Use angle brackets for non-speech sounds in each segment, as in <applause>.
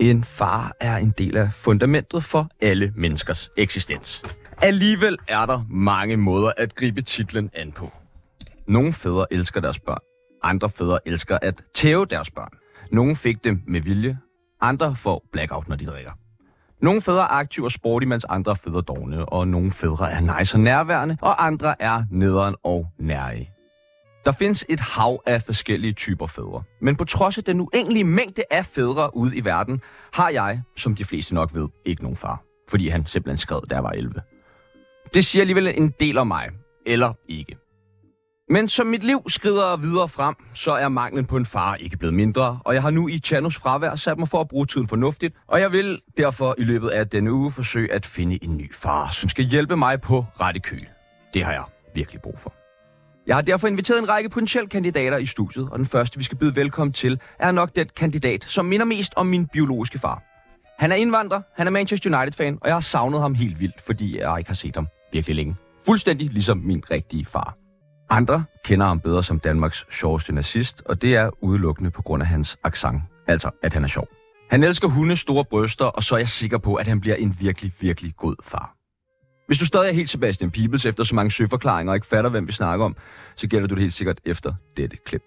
En far er en del af fundamentet for alle menneskers eksistens. Alligevel er der mange måder at gribe titlen an på. Nogle fædre elsker deres børn. Andre fædre elsker at tæve deres børn. Nogle fik dem med vilje. Andre får blackout, når de drikker. Nogle fædre er aktive og sportige, mens andre er fædre dogne, og nogle fædre er nice og nærværende, og andre er nederen og nærige. Der findes et hav af forskellige typer fædre, men på trods af den uendelige mængde af fædre ude i verden, har jeg, som de fleste nok ved, ikke nogen far, fordi han simpelthen skred, da jeg var 11. Det siger alligevel en del om mig, eller ikke. Men som mit liv skrider videre frem, så er manglen på en far ikke blevet mindre, og jeg har nu i Chanos fravær sat mig for at bruge tiden fornuftigt, og jeg vil derfor i løbet af denne uge forsøge at finde en ny far, som skal hjælpe mig på rette køl. Det har jeg virkelig brug for. Jeg har derfor inviteret en række potentielle kandidater i studiet, og den første, vi skal byde velkommen til, er nok den kandidat, som minder mest om min biologiske far. Han er indvandrer, han er Manchester United-fan, og jeg har savnet ham helt vildt, fordi jeg ikke har set ham virkelig længe. Fuldstændig ligesom min rigtige far. Andre kender ham bedre som Danmarks sjoveste nazist, og det er udelukkende på grund af hans accent, altså at han er sjov. Han elsker hunde, store bryster, og så er jeg sikker på, at han bliver en virkelig, virkelig god far. Hvis du stadig er helt Sebastian Pibels efter så mange søforklaringer og ikke fatter, hvem vi snakker om, så gælder du det helt sikkert efter dette klip.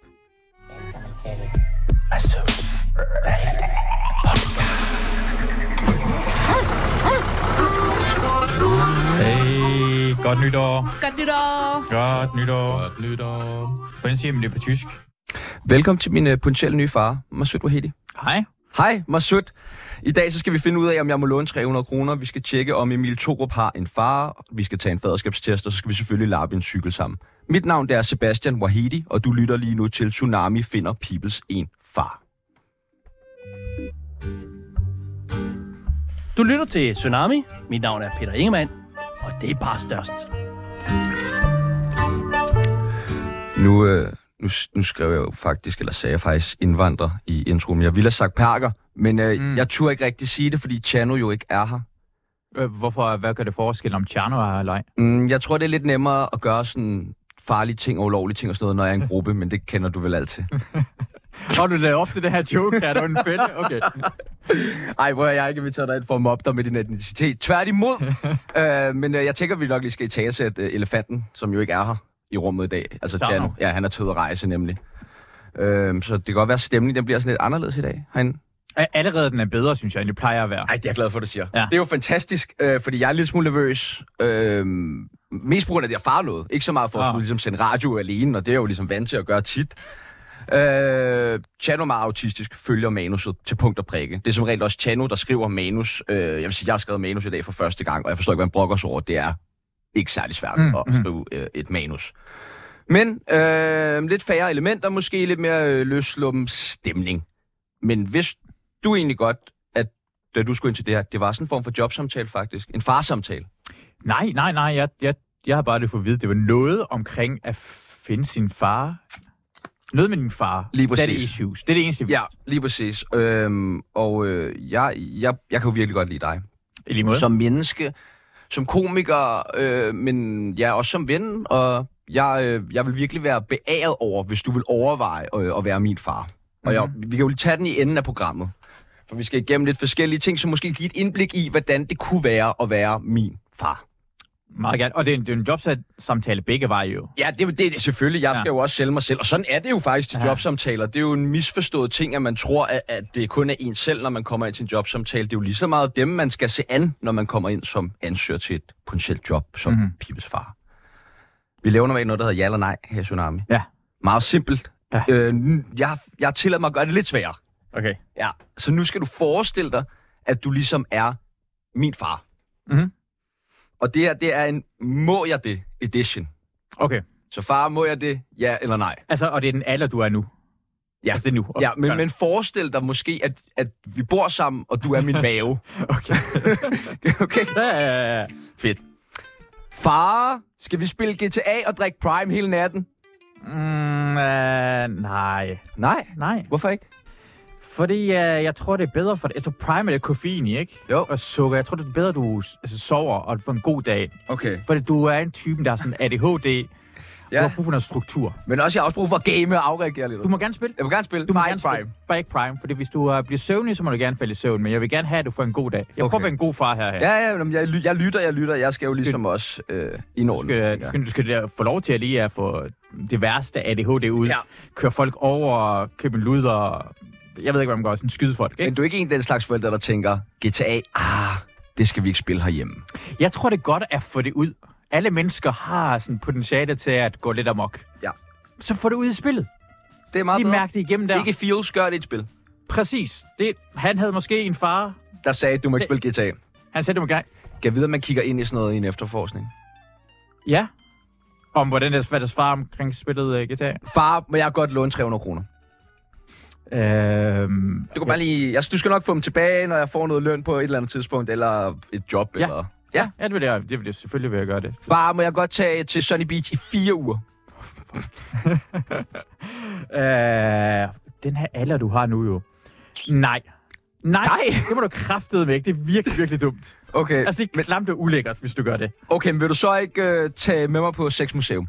Hey, godt nytår. Godt nytår. Godt nytår. Godt nytår. Hvordan siger man det på tysk? Velkommen til min uh, potentielle nye far, Masud Wahedi. Hej. Hej, Masud. I dag så skal vi finde ud af, om jeg må låne 300 kroner. Vi skal tjekke, om Emil Torup har en far. Vi skal tage en faderskabstest, og så skal vi selvfølgelig lappe en cykel sammen. Mit navn det er Sebastian Wahidi, og du lytter lige nu til Tsunami finder Peoples en far. Du lytter til Tsunami. Mit navn er Peter Ingemann, og det er bare størst. Nu, øh, nu, nu skrev jeg jo faktisk, eller sagde jeg faktisk indvandrer i introen. Jeg ville have sagt perker, men øh, mm. jeg turde ikke rigtig sige det, fordi Chano jo ikke er her. Øh, Hvorfor, hvad gør det forskel, om Tjerno er her eller ej? Mm, jeg tror, det er lidt nemmere at gøre sådan farlige ting og ulovlige ting og sådan noget, når jeg er en gruppe, men det kender du vel altid. Har du lavet ofte det her joke her? Det var en fælde. Okay. Ej, hvor jeg har ikke inviteret dig ind for at mobbe dig med din etnicitet. Tværtimod. øh, men øh, jeg tænker, vi nok lige skal i tale sætte øh, elefanten, som jo ikke er her i rummet i dag. Altså Tjerno. Tjerno. Ja, han er tød at rejse nemlig. Øh, så det kan godt være, at stemningen den bliver sådan lidt anderledes i dag. Han... A- Allerede den er bedre, synes jeg, end det plejer at være. Ej, det er jeg glad for, at du siger. Ja. Ja. Det er jo fantastisk, øh, fordi jeg er lidt smule nervøs. Øh, mest på grund af, at jeg far noget. Ikke så meget for at Ah. skulle ligesom sende radio alene, og det er jeg jo ligesom vant til at gøre tit. Øh, Chano er meget autistisk, følger manuset til punkt og prikke. Det er som regel også Chano, der skriver manus. Øh, jeg vil sige, jeg har skrevet manus i dag for første gang, og jeg forstår ikke, hvad han brokker sig over. Det er ikke særlig svært mm, Mm, at mm. skrive øh, et manus. Men øh, lidt færre elementer, måske lidt mere øh, løsluppen stemning. Men hvis du egentlig godt, at da du skulle ind til det her, det var sådan en form for jobsamtale faktisk. En farsamtale. Nej, nej, nej. Jeg, jeg, jeg har bare det for at vide, det var noget omkring at finde sin far. Noget med din far. Lige Det er det præcis. issues. Det er det eneste, vi Ja, lige præcis. Øhm, og øh, jeg, jeg, jeg kan jo virkelig godt lide dig. I lige måde. Som menneske, som komiker, øh, men ja, også som ven. Og jeg, øh, jeg vil virkelig være beæret over, hvis du vil overveje øh, at være min far. Og jeg, vi kan jo lige tage den i enden af programmet. For vi skal igennem lidt forskellige ting, som måske kan give et indblik i, hvordan det kunne være at være min far. Meget gerne. Og det er en, det er en jobsamtale begge veje jo. Ja, det, det er selvfølgelig. Jeg Ja. skal jo også sælge mig selv. Og sådan er det jo faktisk til Ja. jobsamtaler. Det er jo en misforstået ting, at man tror, at, at det kun er en selv, når man kommer ind til en jobsamtale. Det er jo lige så meget dem, man skal se an, når man kommer ind som ansøger til et potentielt job som mm-hmm. Mhm. Pibes far. Vi laver normalt noget, der hedder ja eller nej her i Tsunami. Ja. Meget simpelt. Ja. Øh, n- jeg, jeg tillader mig at gøre det lidt sværere. Okay. Ja. Så nu skal du forestille dig, at du ligesom er min far. Mhm. Og det her, det er en må jeg det edition. Okay. Så far, må jeg det? Ja eller nej? Altså, og det er den alder, du er nu? Ja. Altså, det er nu? Okay. Ja, men, godt. men forestil dig måske, at, at vi bor sammen, og du er <laughs> min mave. Okay. <laughs> okay? Ja, ja, ja, ja. Fedt. Far, skal vi spille GTA og drikke Prime hele natten? Mm, øh, nej. Nej. Nej. Hvorfor ikke? Fordi øh, jeg tror, det er bedre for dig. Altså, prime er det koffein i, ikke? Jo. Og sukker. Jeg tror, det er bedre, du altså, sover og får en god dag. Okay. Fordi du er en typen, der er sådan ADHD. Ja. Du har brug for noget struktur. Men også, jeg har også brug for at game og afreagere lidt. Du må gerne spille. Jeg vil gerne spille. Du må Ej, gerne spille. Bare ikke prime, fordi hvis du uh, bliver søvnig, så må du gerne falde i søvn, men jeg vil gerne have, at du får en god dag. Jeg okay. Okay. prøver at være en god far her. her. Ja, ja, men jeg, ly- jeg lytter, jeg lytter. Jeg skal jo ligesom også øh, Du indordne. skal, du skal, du skal der få lov til at lige at få det værste ADHD ud. Ja. Køre folk over, købe en luder, jeg ved ikke, hvad man gør, sådan skyde folk, ikke? Men du er ikke en af den slags forældre, der tænker, GTA, ah, det skal vi ikke spille herhjemme. Jeg tror, det er godt at få det ud. Alle mennesker har sådan potentiale til at gå lidt amok. Ja. Så få det ud i spillet. Det er meget Lige bedre. mærke det igennem der. Ikke feels, gør det i et spil. Præcis. Det, han havde måske en far. Der sagde, du må ikke spille GTA. Han sagde det med gang. Kan jeg vide, at man kigger ind i sådan noget i en efterforskning? Ja. Om hvordan deres, hvad deres far omkring spillet uh, GTA. Far, må jeg godt låne 300 kroner? Øhm, Du kan bare lige... Jeg, du skal nok få dem tilbage, når jeg får noget løn på et eller andet tidspunkt, eller et job, Ja. eller... Ja. ja, det vil jeg, det vil jeg selvfølgelig vil jeg gøre det. <laughs> Far, må jeg godt tage til Sunny Beach i fire uger? Øh, den her alder, du har nu jo. Nej. Nej, Nej. det må du kraftedeme ikke. Det er virkelig, virkelig dumt. Okay, Altså, det er klamt og ulækkert, hvis du gør det. okay men vil du så ikke øh, tage med mig på sexmuseum?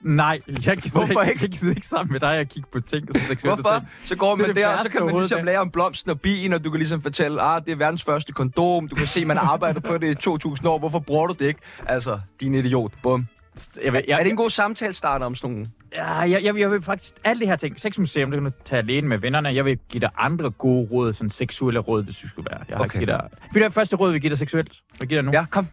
Nej, jeg gider, Hvorfor ikke, jeg gider ikke sammen med dig at kigge på ting som seksuelle Hvorfor? ting. Så går Det er man det der, og så værste kan man overhovedet, ligesom det. lære om blomsten og bien, og du kan ligesom fortælle, ah, det er verdens første kondom, du kan se, man arbejder på det i 2000 år, hvorfor bruger du det ikke? Altså, din idiot, bum. Jeg, vil- jeg, Er det en god samtale starter om sådan nogle? Ja, jeg, jeg, jeg vil faktisk... Alt det her ting, sexmuseum, det kan du tage alene med vennerne. Jeg vil give dig andre gode råd, sådan seksuelle råd, hvis du skulle være. Jeg har Okay. okay. givet dig... Vil det første råd, vi giver dig seksuelt? Vi giver dig nu. Ja, kom.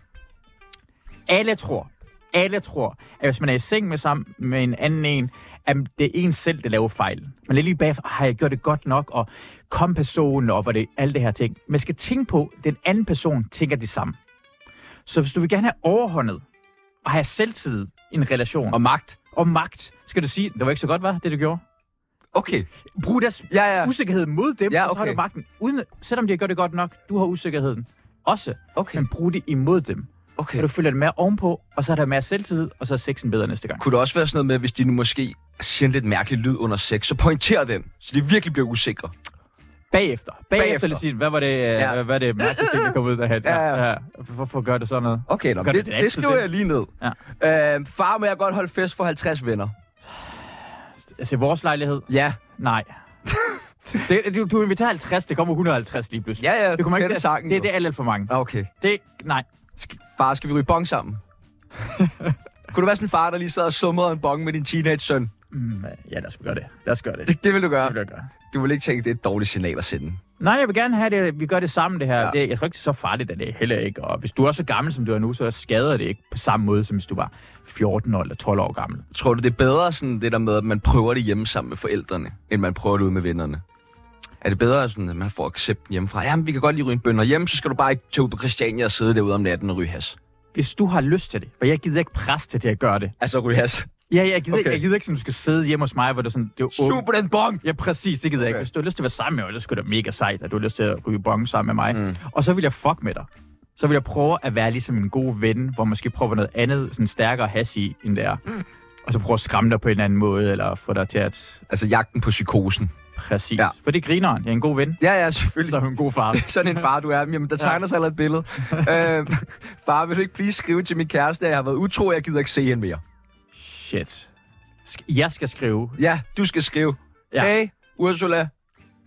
Alle tror, alle tror, at hvis man er i seng med, sammen med en anden en, at det er en selv, der laver fejlen. Man er lige bagefter, har jeg gjort det godt nok, og kom personen op, og det, alle det her ting. Man skal tænke på, at den anden person tænker det samme. Så hvis du vil gerne have overhåndet, og have selvtid i en relation, Og magt. og magt, skal du sige, det var ikke så godt, var det du gjorde? Okay. Brug deres Ja, ja. usikkerhed mod dem, Ja, og så har okay. du magten. Uden, selvom de har gjort det godt nok, du har usikkerheden også. Okay. Men brug det imod dem. Okay. Og du følger det mere ovenpå, og så er der mere selvtid, og så er sexen bedre næste gang. Kunne det også være sådan noget med, hvis de nu måske siger en lidt mærkelig lyd under sex, så pointer den, så de virkelig bliver usikre. Bagefter. Bagefter. Bagefter, lige sige, hvad var det, Ja. ja. hvad, hvad er det mærkelige ting, der kom ud af her? Ja, ja. Hvorfor gør det sådan noget? Okay, nå, Gør men det, det det, altid det skriver det? jeg lige ned. Ja. Øh, far, må jeg godt holde fest for 50 venner? Altså, i vores lejlighed? Ja. <laughs> Nej. det, du, du inviterer 50, det kommer 150 lige pludselig. Ja, ja, du det kommer kender til- sangen, Det, jo. det er alt for mange. Ah, Okay. Det, nej. Sk- far, skal vi ryge bong <laughs> sammen? Kunne du være sådan en far, der lige sad og summede en bong med din teenage-søn? Mm, ja, lad os gøre det. Lad os gøre det. Det, Det, det vil du gøre. vil jeg gøre. Du vil ikke tænke, det er et dårligt signal at sende. Nej, jeg vil gerne have det. Vi gør det sammen, det her. Ja. Ja. Det, jeg tror ikke, det er så farligt, at det er heller ikke. Og hvis du er så gammel, som du er nu, så skader det ikke på samme måde, som hvis du var 14 år eller 12 år gammel. Tror du, det er bedre sådan det der med, at man prøver det hjemme sammen med forældrene, end man prøver det ud med vennerne? Er det bedre, sådan, at man får accepten hjemmefra? Jamen, vi kan godt lige ryge en bønder hjemme, så skal du bare ikke tage ud på Christiania og sidde derude om natten og ryge has. Hvis du har lyst til det, for jeg gider ikke presse dig til at gøre det. Altså ryge has. Ja, jeg gider, okay. ikke, Okay. jeg gider ikke, som du skal sidde hjemme hos mig, hvor det er sådan, det er åbent. Super den bong! Ja, præcis, det gider jeg ikke. Okay. Hvis du har lyst til at være sammen med mig, så skulle det være mega sejt, at du har lyst til at ryge bong sammen med mig. Mm. Og så vil jeg fuck med dig. Så vil jeg prøve at være ligesom en god ven, hvor måske prøver noget andet, sådan stærkere has i, end det er. Og så prøve at skræmme dig på en eller anden måde, eller få dig til at Altså jagten på psykosen. Præcis. Ja. Ja. For det er grineren. Jeg er en god ven, Ja, ja, selvfølgelig. <laughs> så er hun en god <laughs> far. Sådan en far du er. Jamen, der tegner sig allerede et <laughs> billede. øh, far, vil du ikke please skrive til min kæreste, at jeg har været utro, og jeg gider ikke se hende mere? Shit. Sk- jeg skal skrive. Ja, du skal skrive. Ja. Ja. Hey, Ursula,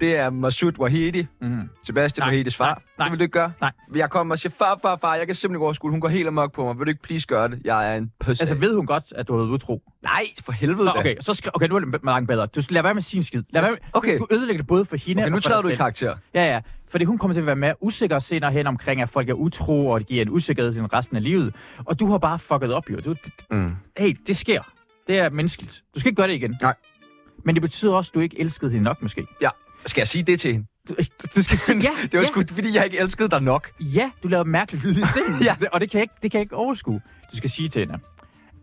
det er Masud Wahidi, Mm. Sebastian Nej, Wahidis far. nej, nej. Det vil du ikke gøre? Nej. Jeg kommer og siger, far, far, far, jeg kan simpelthen ikke overskue det. Hun går helt amok på mig. Vil du ikke please gøre det? Jeg er en pussy. Altså, ved hun godt, at du har været utro? Nej, for helvede Nå, da. okay, så skri- okay, nu er det langt bedre. Du skal lade være med sin skid. Lad være med- Okay. Du ødelægger det både for hende okay, nu og for træder dig du i selv. karakter. Ja, ja. Fordi hun kommer til at være mere usikker senere hen omkring, at folk er utro, og det giver en usikkerhed til resten af livet. Og du har bare fucket op, jo. Du, det, det- Mm. hey, det sker. Det er menneskeligt. Du skal ikke gøre det igen. Nej. Men det betyder også, at du ikke elskede hende nok, måske. Ja. Skal jeg sige det til hende? Du, du <laughs> skal sige ja. det var ja. sgu, fordi jeg ikke elskede dig nok. ja, du lavede mærkelig lyd i <laughs> sengen, Ja. ja. og det kan, jeg ikke, det kan jeg ikke overskue. Du skal sige til hende,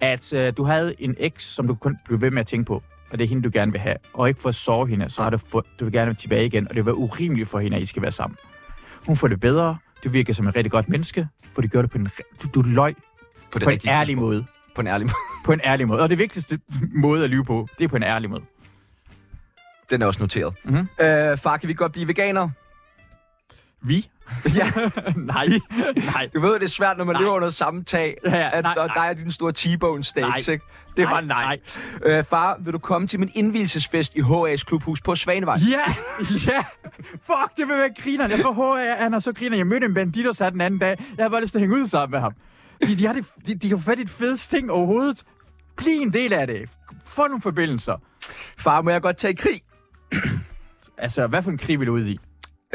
at øh, du havde en eks, som du kun blev ved med at tænke på, og det er hende, du gerne vil have. Og ikke for at sove hende, så har du, få, du vil gerne tilbage igen, og det vil være urimeligt for hende, at I skal være sammen. Hun får det bedre, du virker som et rigtig godt menneske, for det gør du på en, re- du, du løg På, på en rigtige ærlig tidspunkt. måde. På en ærlig måde. På en ærlig måde. Og det vigtigste måde at lyve på, det er på en ærlig måde. Den er også noteret. Mhm. Øh, far, kan vi godt blive veganere? Vi? ja. <laughs> nej, nej. Du ved, det er svært, når man Nej. lever under samme tag, Ja, ja, at nej, og nej. dig og din store T-bone steaks, Nej. ikke? Det var Nej, nej. nej. Øh, far, vil du komme til min indvielsesfest i HA's klubhus på Svanevej? Ja, ja. Fuck, det vil være grineren. Jeg får HR, han er så griner. Jeg mødte en bandito her den anden dag. Jeg har bare lyst til at hænge ud sammen med ham. De, de, har det, de, de kan få fat i det fedeste ting overhovedet. Bliv en del af det. Få nogle forbindelser. Far, må jeg godt tage i krig? Altså, hvad for en krig vil du ud i?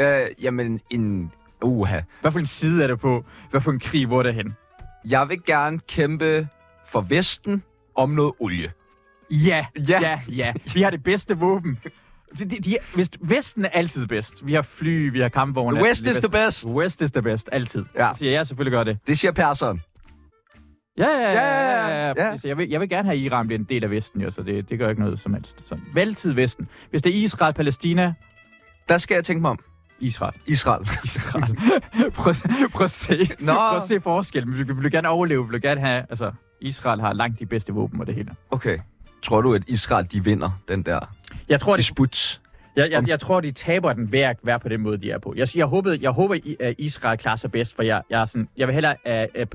Øh, jamen, en... Uha. Hvad for en side er det på? Hvad for en krig, hvor er det hen? Jeg vil gerne kæmpe for Vesten om noget olie. Ja, Ja. ja, ja, ja. Vi har det bedste våben. De, de, de, hvis, Vesten er altid bedst. Vi har fly, vi har kampvogne. West Det er is the best. West is the best, altid. Ja. Ja. Så siger jeg, selvfølgelig gør det. Det siger perseren. Ja, ja, ja, ja. ja, ja, ja. ja. præcis. Jeg, vil, jeg vil gerne have, at Iran bliver en del af Vesten, jo, så det, det gør ikke noget som helst. Sådan. Veltid Vesten. Hvis det er Israel, Palæstina, Der skal jeg tænke mig om. Israel. <laughs> Israel. <laughs> Israel. prøv, prøv, at se. Nå. prøv at se forskellen. Vi vil, vi vil gerne overleve. Vi vil gerne have... Altså, Israel har langt de bedste våben og det hele. Okay. Tror du, at Israel, de vinder den der Jeg tror, det, disput? jeg, jeg, jeg tror, de taber den ved at være på den måde, de er på. Jeg, jeg, håbede, jeg håber, I- at Israel klarer sig bedst, for jeg, jeg, er sådan, jeg vil hellere, at, at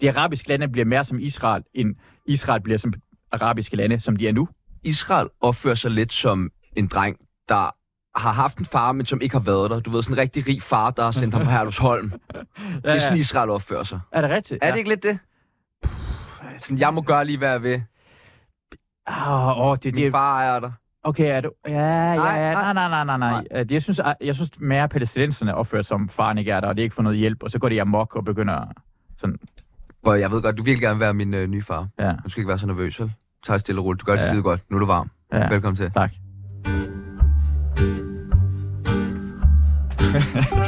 de arabiske lande bliver mere som Israel, end Israel bliver som arabiske lande, som de er nu. Israel opfører sig lidt som en dreng, der har haft en far, men som ikke har været der. Du ved, sådan en rigtig rig far, der har sendt <laughs> ham på Herlufsholm. Det Ja, er sådan, Israel opfører sig. Er det rigtigt? Er det ikke lidt det? Sådan, jeg må gøre lige, hvad jeg vil. Åh, oh, det, Min det far er der. Okay, er du... Ja, Nej, ja, nej. nej, nej, nej, nej, nej. Øh, Jeg synes, jeg, jeg synes mere, at palæstinenserne opfører sig som faren ikke er der, og det ikke får noget hjælp, og så går de amok og begynder sådan... Hvor jeg ved godt, du vil gerne være min øh, nye far. Ja, Du skal ikke være så nervøs, vel? Tag det stille og roligt. Du gør det Ja. skide godt. Nu er du varm. ja. Velkommen til. <laughs> Tak.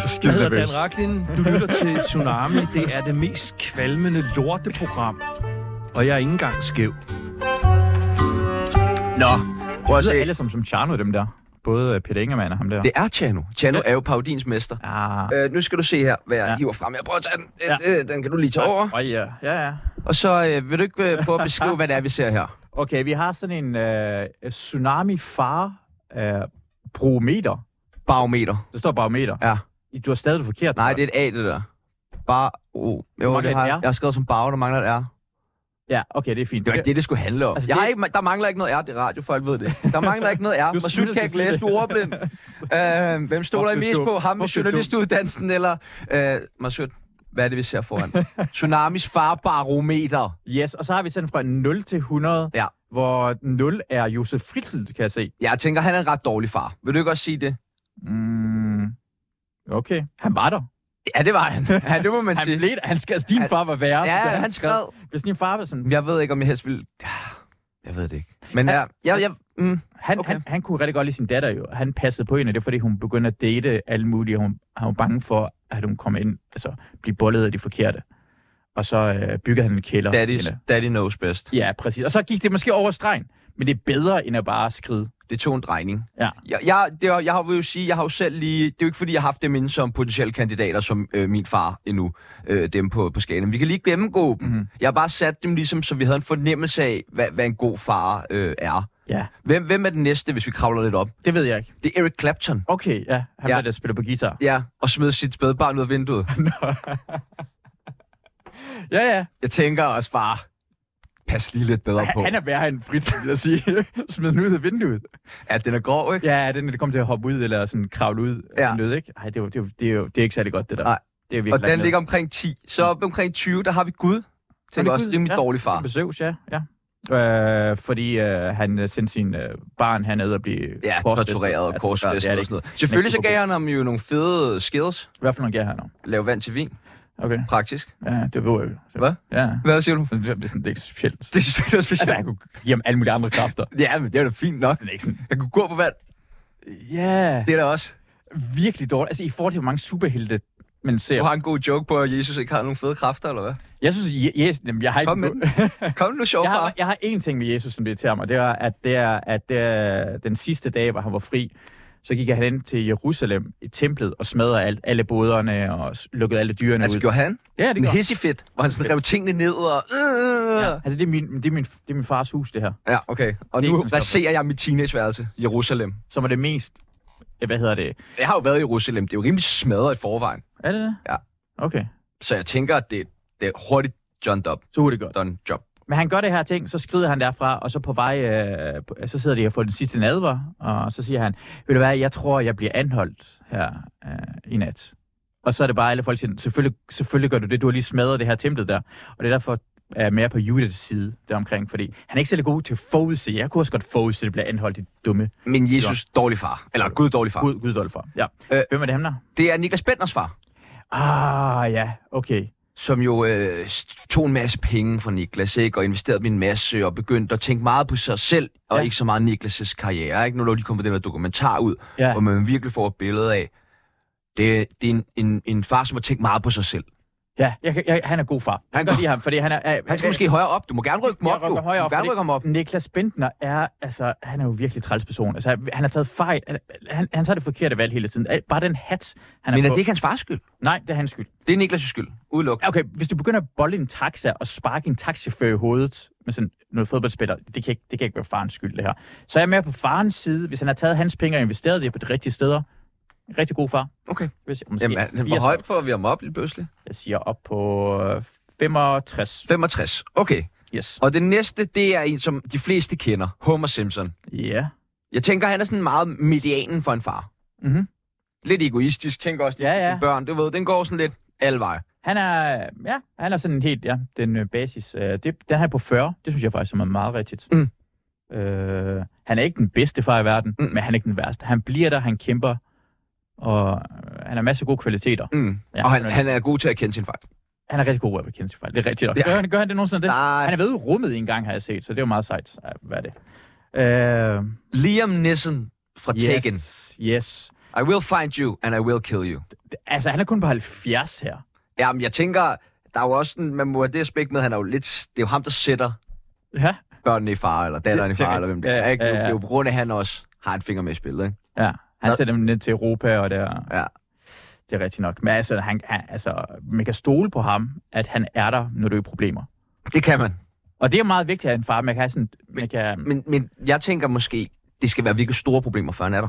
så Jeg hedder Dan Raklin. Du lytter til Tsunami. Det er det mest kvalmende lorteprogram. Og jeg er ikke engang skæv. Nå, prøv at Det se. er alle som, som Tjerno, dem der. Både øh, Peter Ingemann og ham der. Det er Tjano. Tjano er jo parodiens mester. Ah. Øh, nu skal du se her, hvad jeg Ja. hiver frem. Jeg prøver at tage den. Øh, Ja. øh, den kan du lige tage over. Oh, ja. ja, ja. Og så øh, vil du ikke øh, <laughs> prøve at beskrive, hvad det er, vi ser her? Okay, vi har sådan en øh, tsunami-far-brometer. Barometer. der står barometer. Ja. Du har stadig det forkert. Nej, det er et A, det der. Bar... Oh. Jo, mangler det et har R. jeg. Jeg har skrevet som bar, der mangler et R. Ja, okay, det er fint. Det var ikke det, det skulle handle om. Altså, jeg det- har ikke, der mangler ikke noget R, det er radio, folk ved det. Der mangler ikke noget R. Hvor Du skulle sygt kan jeg ikke sige læse, det. du er ordblind. Øh, hvem stoler I Hvor mest dum. på? Ham med Hvor dum. journalistuddannelsen, eller... Øh, Masud, hvad er det, vi ser foran? <laughs> Tsunamis farbarometer. <laughs> Yes, og så har vi sådan fra 0 til 100, Ja. hvor 0 er Josef Fritzl, kan jeg se. Jeg tænker, han er en ret dårlig far. Vil du ikke også sige det? Mm. Okay, han var der. Ja, det var han. Ja, det må man <laughs> Han sige. blev, han skrev, altså, din Han- far var værre. så Ja, han skrev. Hvis din far var sådan, Jeg ved ikke, om jeg helst ville... Ja, Jeg ved det ikke. Men Han- ja, jeg, jeg, mm, han, okay. okay. han, han kunne rigtig godt lide sin datter jo. Han passede på hende, og det er fordi, hun begyndte at date alle mulige, og hun, han var bange for, at hun kom ind, altså blive bollet af de forkerte. Og så øh, bygger han en kælder. til daddy, hende. daddy knows best. Ja, præcis. Og så gik det måske over stregen, men det er bedre, end at bare skride. Det tog en drejning. Ja. Jeg, jeg, det, var- jeg har vil jo sige, jeg har jo selv lige... Det er jo ikke, fordi jeg har haft dem inde som potentielle kandidater, som øh, min far endnu, øh, dem på, på skalaen. Vi kan lige gennemgå dem. Mm. Mhm. Jeg har bare sat dem ligesom, så vi havde en fornemmelse af, hvad, hvad en god far øh, er. Ja, Hvem, hvem er den næste, hvis vi kravler lidt op? det ved jeg ikke. Det er Eric Clapton. Okay, ja, han Ja. ja. var der spiller på guitar. Ja, og smed sit spædbarn ud af vinduet. Ja, ja. Jeg tænker også bare, pas lige lidt bedre på. Han, han er værre end Fritz, vil jeg sige. <laughs> Smid den ud af vinduet. Ja, den er grov, ikke? Ja, den, det kom til at hoppe ud eller sådan kravle ud Ja. af vinduet, ikke? Ej, det, var, det, var, det, er jo, det er ikke særlig godt, det der. Nej. Det er virkelig Og den langt ned. ligger omkring 10. Så op omkring 20, der har vi Gud. Tænker det også Gud? rimelig Ja. dårlig far. På Zeus, ja. ja. Øh, fordi øh, han øh, sendte sin øh, barn herned og blev Ja, korsfæstet. tortureret og Ja, korsfæstet og det er det sådan ikke. noget. Selvfølgelig så Men- gav han ham jo nogle fede skills. Hvad for nogle gav han om? Lave vand til vin. Okay, Praktisk. ja, det ved jeg jo. Så- Hvad? Ja. Hvad siger du? Så Det er sådan, det er ikke specielt. <laughs> Det synes jeg det er Altså, specielt. han kunne give ham alle mulige andre kræfter. Ja, men det er da fint nok. Det er ikke sådan, Jeg kunne gå på vand. ja, Det er da også. virkelig dårligt. Altså, i forhold til, hvor mange superhelte man ser. Du har en god joke på, at Jesus ikke har nogen fede kræfter, eller hvad? Jeg synes, Je- yes, jamen, jeg har ikke... Kom med Kom nu, sjov <laughs> jeg, far. har, jeg har én ting med Jesus, som irriterer mig. Det er, at, det er, at det er, den sidste dag, hvor han var fri, så gik han hen til Jerusalem i templet og smadrede alt, alle boderne og s- lukkede alle dyrene Altså, ud. gjorde han ja, det sådan gør. han. hissifedt, hvor han sådan rev tingene ned og... Øh. Ja, altså, det er, min, det, er min, det er min fars hus, det her. Ja, okay. Og Det er nu ikke sådan, raserer jeg mit teenageværelse. Jerusalem. Som er det mest øh, hvad hedder det? Jeg har jo været i Jerusalem. Det er jo rimelig smadret i forvejen. Er det det? Ja. Okay, Så jeg tænker, at det, det er hurtigt John Dob. så hurtigt godt. Done job. Men han gør det her ting, så skrider han derfra, og så på vej, øh, på- så sidder de og får den sidste nadver, og så siger han, ved du hvad, jeg tror, jeg bliver anholdt her øh, i nat. Og så er det bare alle folk siger, selvfølgelig, selvfølgelig gør du det, du har lige smadret det her templet der, og det er derfor er mere på Judas side deromkring, fordi han er ikke særlig god til at forudse. Jeg kunne også godt forudse, at det bliver anholdt, dit dumme Men Jesus, dårlig far. Eller Gud, dårlig far. Gud, Gudolfer. Ja. Øh. Øh. Hvem er det ham der? Det er Niklas Benders far, Ah, ja, okay. som jo øh, st- tog en masse penge fra Niklas, ikke? Og investerede dem i en masse, og begyndte at tænke meget på sig selv, og Ja. ikke så meget Niklas' karriere, ikke? Nu er der lige kommet den der dokumentar ud, Ja. hvor man virkelig får et billede af, det, det er en, en, en far, som har tænkt meget på sig selv. Ja, jeg, kan- jeg, han er god far. Jeg Han kan er godt lide ham, fordi han er... er Han skal måske højere op. Du må gerne rykke dem Jeg op, jo. Du rykker må højere op, gerne fordi- rykke ham op. Niklas Bentner er, altså, han er jo virkelig træls person. Altså, han har taget fejl. Han, han, han tager det forkerte valg hele tiden. Al- Bare den hat, han Men er er på. det ikke hans fars skyld? Nej, det er hans skyld. Det er Niklas' skyld. Udeluk. Okay, hvis du begynder at bolle en taxa og sparke en taxichauffør i hovedet med sådan noget fodboldspiller, det kan, ikke, det kan ikke være farens skyld, det her. Så er jeg mere på farens side. Hvis han har taget hans penge og investeret det på de rigtige steder, en rigtig god far. Okay. Hvis, måske, Jamen, han- hvor 80. højt får vi ham op lige pludselig? Jeg siger op på øh, 65. 65. Okay. Yes. Og det næste, det er en, som de fleste kender. Homer Simpson. Ja. Jeg tænker, han er sådan meget medianen for en far. Mhm. Lidt egoistisk, tænker også lidt Ja, på ja. sine børn. Du ved, den går sådan lidt alle veje. Han er, ja, han er sådan helt, ja, den øh, basis. Øh, det, den her på 40, det synes jeg faktisk som er meget rigtigt. Mm. Øh, han er ikke den bedste far i verden, Mm. mm. men han er ikke den værste. Han bliver der, han kæmper, og øh, han har masser af gode kvaliteter. Mm. Ja, og han, han er- han er god til at kende sin fejl. Han er rigtig god at bekende sig fejl. Det er rigtigt nok. Ja. Ja. Gør, han, gør han det nogensinde det? Nej. Han er ved i rummet en gang, har jeg set, så det er jo meget sejt. Ej, Hvad er det? Øh, Liam Nissen fra yes. Taken. yes, yes. I will find you, and I will kill you. Altså, han er kun på 70 her. Jamen, jeg tænker, der er jo også sådan, man må have det aspekt med, han er jo lidt, det er jo ham, der sætter Ja. børnene i far, eller datteren i Det- det er far, eller hvem det rigtigt. er. Ja, Ikke? ja, Nu- ja. Det er jo på grund af, at han også har en finger med i spillet. Ikke? Ja, han Nå. Nå. sender dem ned til Europa, og der... Ja. Det er rigtigt nok. Men altså, han, han, altså, man kan stole på ham, at han er der, når du er i problemer. Det kan man. Og det er meget vigtigt at en far, man kan have sådan... Man kan, Mm. Men, men jeg tænker måske, det skal være virkelig store problemer, før han er der.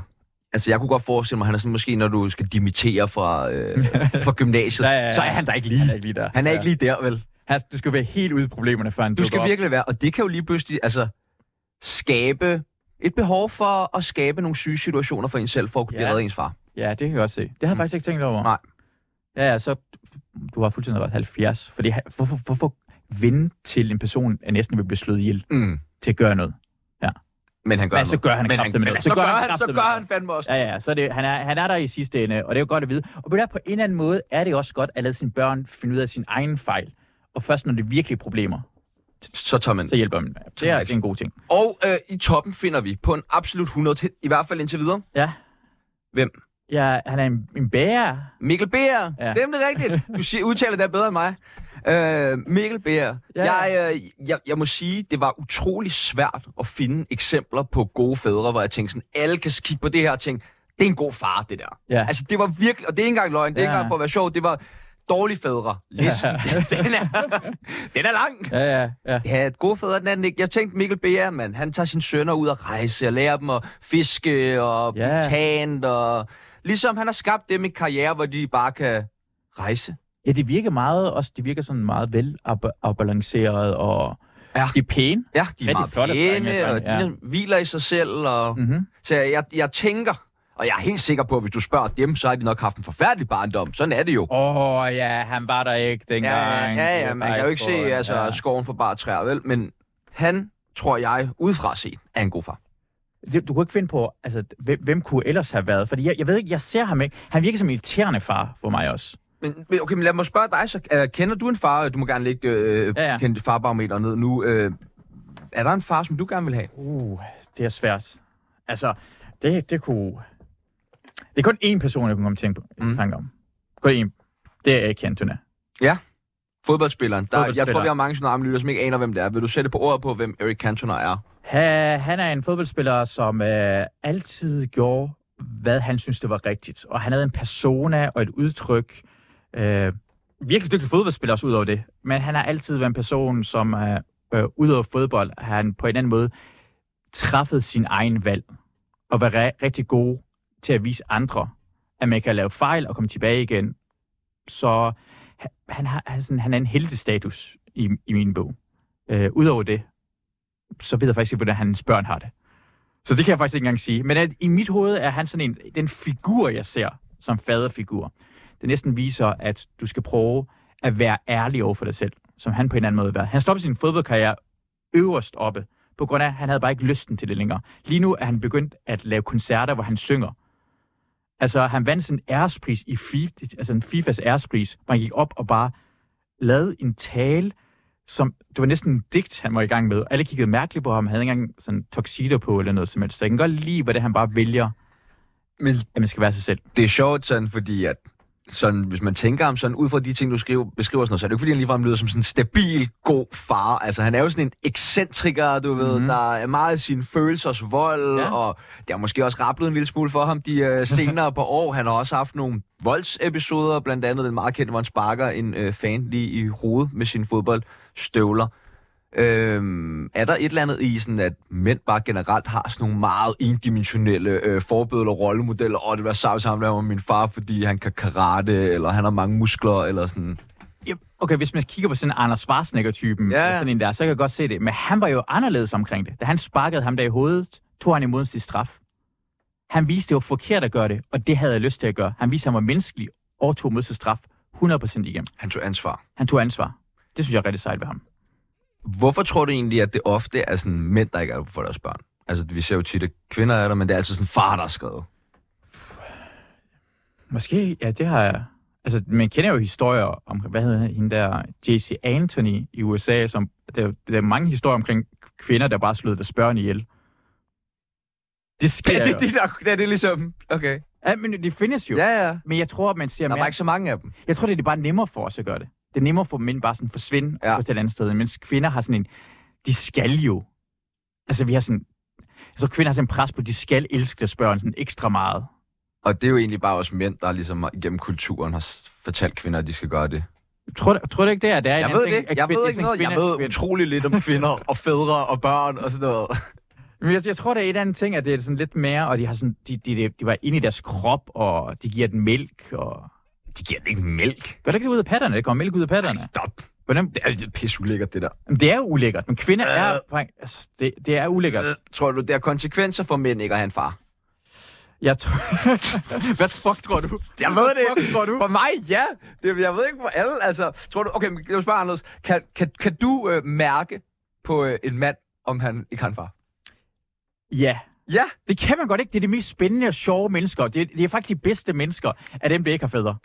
Altså, jeg kunne godt forestille mig, at han er sådan, måske når du skal dimittere fra, <laughs> øh, fra gymnasiet, Ja, ja, ja. så er han der ikke han er lige. ikke lige der. Han er Ja. ikke lige der, vel? Han, du skal være helt ude i problemerne, før han Du dukker skal op. virkelig være, og det kan jo lige pludselig altså, skabe et behov for at skabe nogle syge situationer for en selv, for at kunne Ja. ja. redde ens far. Ja, det kan jeg godt se. Det har jeg faktisk ikke tænkt over. Mm. Nej. Ja, ja, så... Du har fuldstændig ret 70. Fordi han- hvorfor, hvorfor vende til en person, at næsten vil blive slået ihjel Mm. til at gøre noget? Men han gør Men så noget. gør han Men kraftedeme noget. så, gør han han, så kraftedeme gør noget. han fandme også. Ja, ja, så er det, han, er, han er der i sidste ende, og det er jo godt at vide. Og på, der, på en eller anden måde er det også godt at lade sine børn finde ud af sin egen fejl. Og først når det er virkelig problemer, Så tager man så hjælper man. Det er, det er en god ting. Og øh, i toppen finder vi på en absolut 100, til- i hvert fald indtil videre, Ja, hvem? ja han er en, en bærer. Mikkel Bærer. Ja. Ja. Det er nemlig rigtigt. Du siger, udtaler det bedre end mig. Øh, Mikkel Bærer. Ja. Ja. Jeg, øh, jeg, jeg må sige, det var utrolig svært at finde eksempler på gode fædre, hvor jeg tænkte sådan, alle kan kigge på det her og tænke, det er en god far, det der. Ja. Altså, det var virkelig, og det er ikke engang løgn, det er ikke Ja. engang for at være sjov, det var dårlige fædre. Listen, ja. <laughs> den, er, den er lang. Ja, ja, ja. Ja, et gode fædre, den anden ikke. Jeg tænkte, Mikkel Bære, mand, han tager sine sønner ud og rejse og lærer dem at fiske og blive Ja. tant, og... Ligesom han har skabt dem en karriere, hvor de bare kan rejse. Ja, det virker meget, også, det virker sådan meget velafbalanceret, og Ja. de er pæne. Ja, de er Rigtig meget flotte pæne, drenge, og de drenge, ja. hviler i sig selv. Og... Mm. Mm-hmm. Så jeg, jeg tænker, og jeg er helt sikker på, at hvis du spørger dem, så har de nok haft en forfærdelig barndom. Sådan er det jo. Åh, oh, ja, han var der ikke Ja, dengang. ja, ja, man kan jo ikke se altså, Ja. skoven for bare træer, vel? Men han, tror jeg, udefra set, er en god far. Det- Du kunne ikke finde på, altså, hvem, hvem kunne ellers have været? Fordi jeg, jeg ved ikke, jeg ser ham ikke. Han virker som en irriterende far for mig også. Men, men- okay, men lad mig spørge dig, så øh, kender du en far, du må gerne lægge øh, ja, Ja, ja. ja. kendte farbarometer ned nu. Øh, er der en far, som du gerne vil have? Uh, det er svært. Altså, det, det kunne... Det er kun én person, jeg kunne komme til at tænke på, Mm. mm. tanke om. Kun én. Det er Erik Cantona. Fodboldspilleren. Der, Jeg tror, Fodboldspiller. vi har mange tsunami-lytter, som ikke aner, hvem det er. Vil du sætte på ord på, hvem Eric Cantona er? Ha, han er en fodboldspiller, som øh, altid gjorde, hvad han synes, det var rigtigt. Og han havde en persona og et udtryk. Øh, virkelig dygtig fodboldspiller også ud over det. Men han har altid været en person, som øh, øh, ud over fodbold, har han på en anden måde træffet sin egen valg. Og var re- rigtig god til at vise andre, at man kan lave fejl og komme tilbage igen. Så han, han, har, han, er sådan, han er en heltestatus i, i min bog. Øh, Udover det, så ved jeg faktisk ikke, hvordan hans børn har det. Så det kan jeg faktisk ikke engang sige. Men at, i mit hoved er han sådan en, den figur, jeg ser som faderfigur. Det næsten viser, at du skal prøve at være ærlig over for dig selv, som han på en eller anden måde var. Han stoppede sin fodboldkarriere øverst oppe, på grund af, at han havde bare ikke lysten til det længere. Lige nu er han begyndt at lave koncerter, hvor han synger. Altså, han vandt sin ærespris i FIFA, altså en FIFAs ærespris, hvor han gik op og bare lavede en tale, som, det var næsten en digt, han var i gang med. Alle kiggede mærkeligt på ham, han havde ikke engang sådan tuxedo på eller noget som helst. Så jeg kan godt lide, hvad det er, han bare vælger, Men at man skal være sig selv. det er sjovt sådan, fordi at sådan, hvis man tænker ham sådan, ud fra de ting, du skriver, beskriver sådan noget, så er det jo ikke, fordi han ligefrem lyder som sådan en stabil, god far. Altså, han er jo sådan en ekscentriker, du ved, mm-hmm. der er meget af sine følelsers vold, ja. Ja. og det har måske også rapplet en lille smule for ham de øh, senere på år. Han har også haft nogle voldsepisoder, blandt andet den meget kendte, hvor han sparker en øh, fan lige i hovedet med sine fodboldstøvler. Øhm, er der et eller andet i, sådan, at mænd bare generelt har sådan nogle meget endimensionelle øh, forbilleder og rollemodeller? Åh, det var savs ham der var min far, fordi han kan karate, eller han har mange muskler, eller sådan. Ja, Okay, hvis man kigger på sådan en Anders Schwarzenegger-typen, Ja, ja. ja. sådan en der, så kan jeg godt se det. Men han var jo anderledes omkring det. Da han sparkede ham der i hovedet, tog han imod sin straf. Han viste, det var forkert at gøre det, og det havde jeg lyst til at gøre. Han viste, at han var menneskelig og tog imod sin straf 100% igennem. Han tog ansvar. Han tog ansvar. Det synes jeg er rigtig sejt ved ham. Hvorfor tror du egentlig, at det ofte er sådan mænd, der ikke er for deres børn? Altså, vi ser jo tit, at kvinder er der, men det er altid sådan far, der er skrevet. Måske, ja, det har jeg. Altså, man kender jo historier om, hvad hedder hende der, J.C. Anthony i USA, som, der, der er mange historier omkring kvinder, der bare slog deres børn ihjel. Det <laughs> sker Ja, jo. det, det, det, det er det ligesom. Okay. Ja, men det findes jo. Ja, ja. Men jeg tror, at man ser Der er mere... bare ikke så mange af dem. Jeg tror, det er bare nemmere for os at gøre det. Det er nemmere for mænd bare sådan at forsvinde Ja. ja. på et eller andet sted, mens kvinder har sådan en... De skal jo. Altså, vi har sådan... Jeg tror, kvinder har sådan en pres på, at de skal elske deres børn sådan ekstra meget. Og det er jo egentlig bare også mænd, der ligesom igennem kulturen har s- fortalt kvinder, at de skal gøre det. Tror, tror du ikke, det er? Det er en Jeg anden ved ting, det ikke. at Jeg kvind- ved det er ikke sådan noget. Jeg kvinder- ved kvinder- utrolig lidt <laughs> om kvinder og fædre og børn og sådan noget. Men jeg, jeg tror, det er et eller andet ting, at det er sådan lidt mere, og de, har sådan, de, de, de, de var inde i deres krop, og de giver den mælk, og... De giver den ikke mælk. Gør det ikke det ud af patterne? Det kommer mælk ud af patterne. Stop. Hvordan? Det er jo pisse ulækkert, det der. Jamen, Det er jo ulækkert, men kvinder Øh. er... Altså, det, det er ulækkert. Tror du, det har konsekvenser for mænd ikke at have en far? Jeg tror... Hvad fuck tror <laughs> du? Jeg ved det. Hvad fuck tror du? For mig, ja. Det, jeg ved ikke, hvor alle... Altså, tror du... Okay, men jeg vil spørge anderledes. Kan, kan, kan du øh, mærke på øh, en mand, om han ikke har en far? Ja. Ja. Det kan man godt ikke. Det er de mest spændende og sjove mennesker. Det er, det er faktisk de bedste mennesker af dem, der ikke har fædre.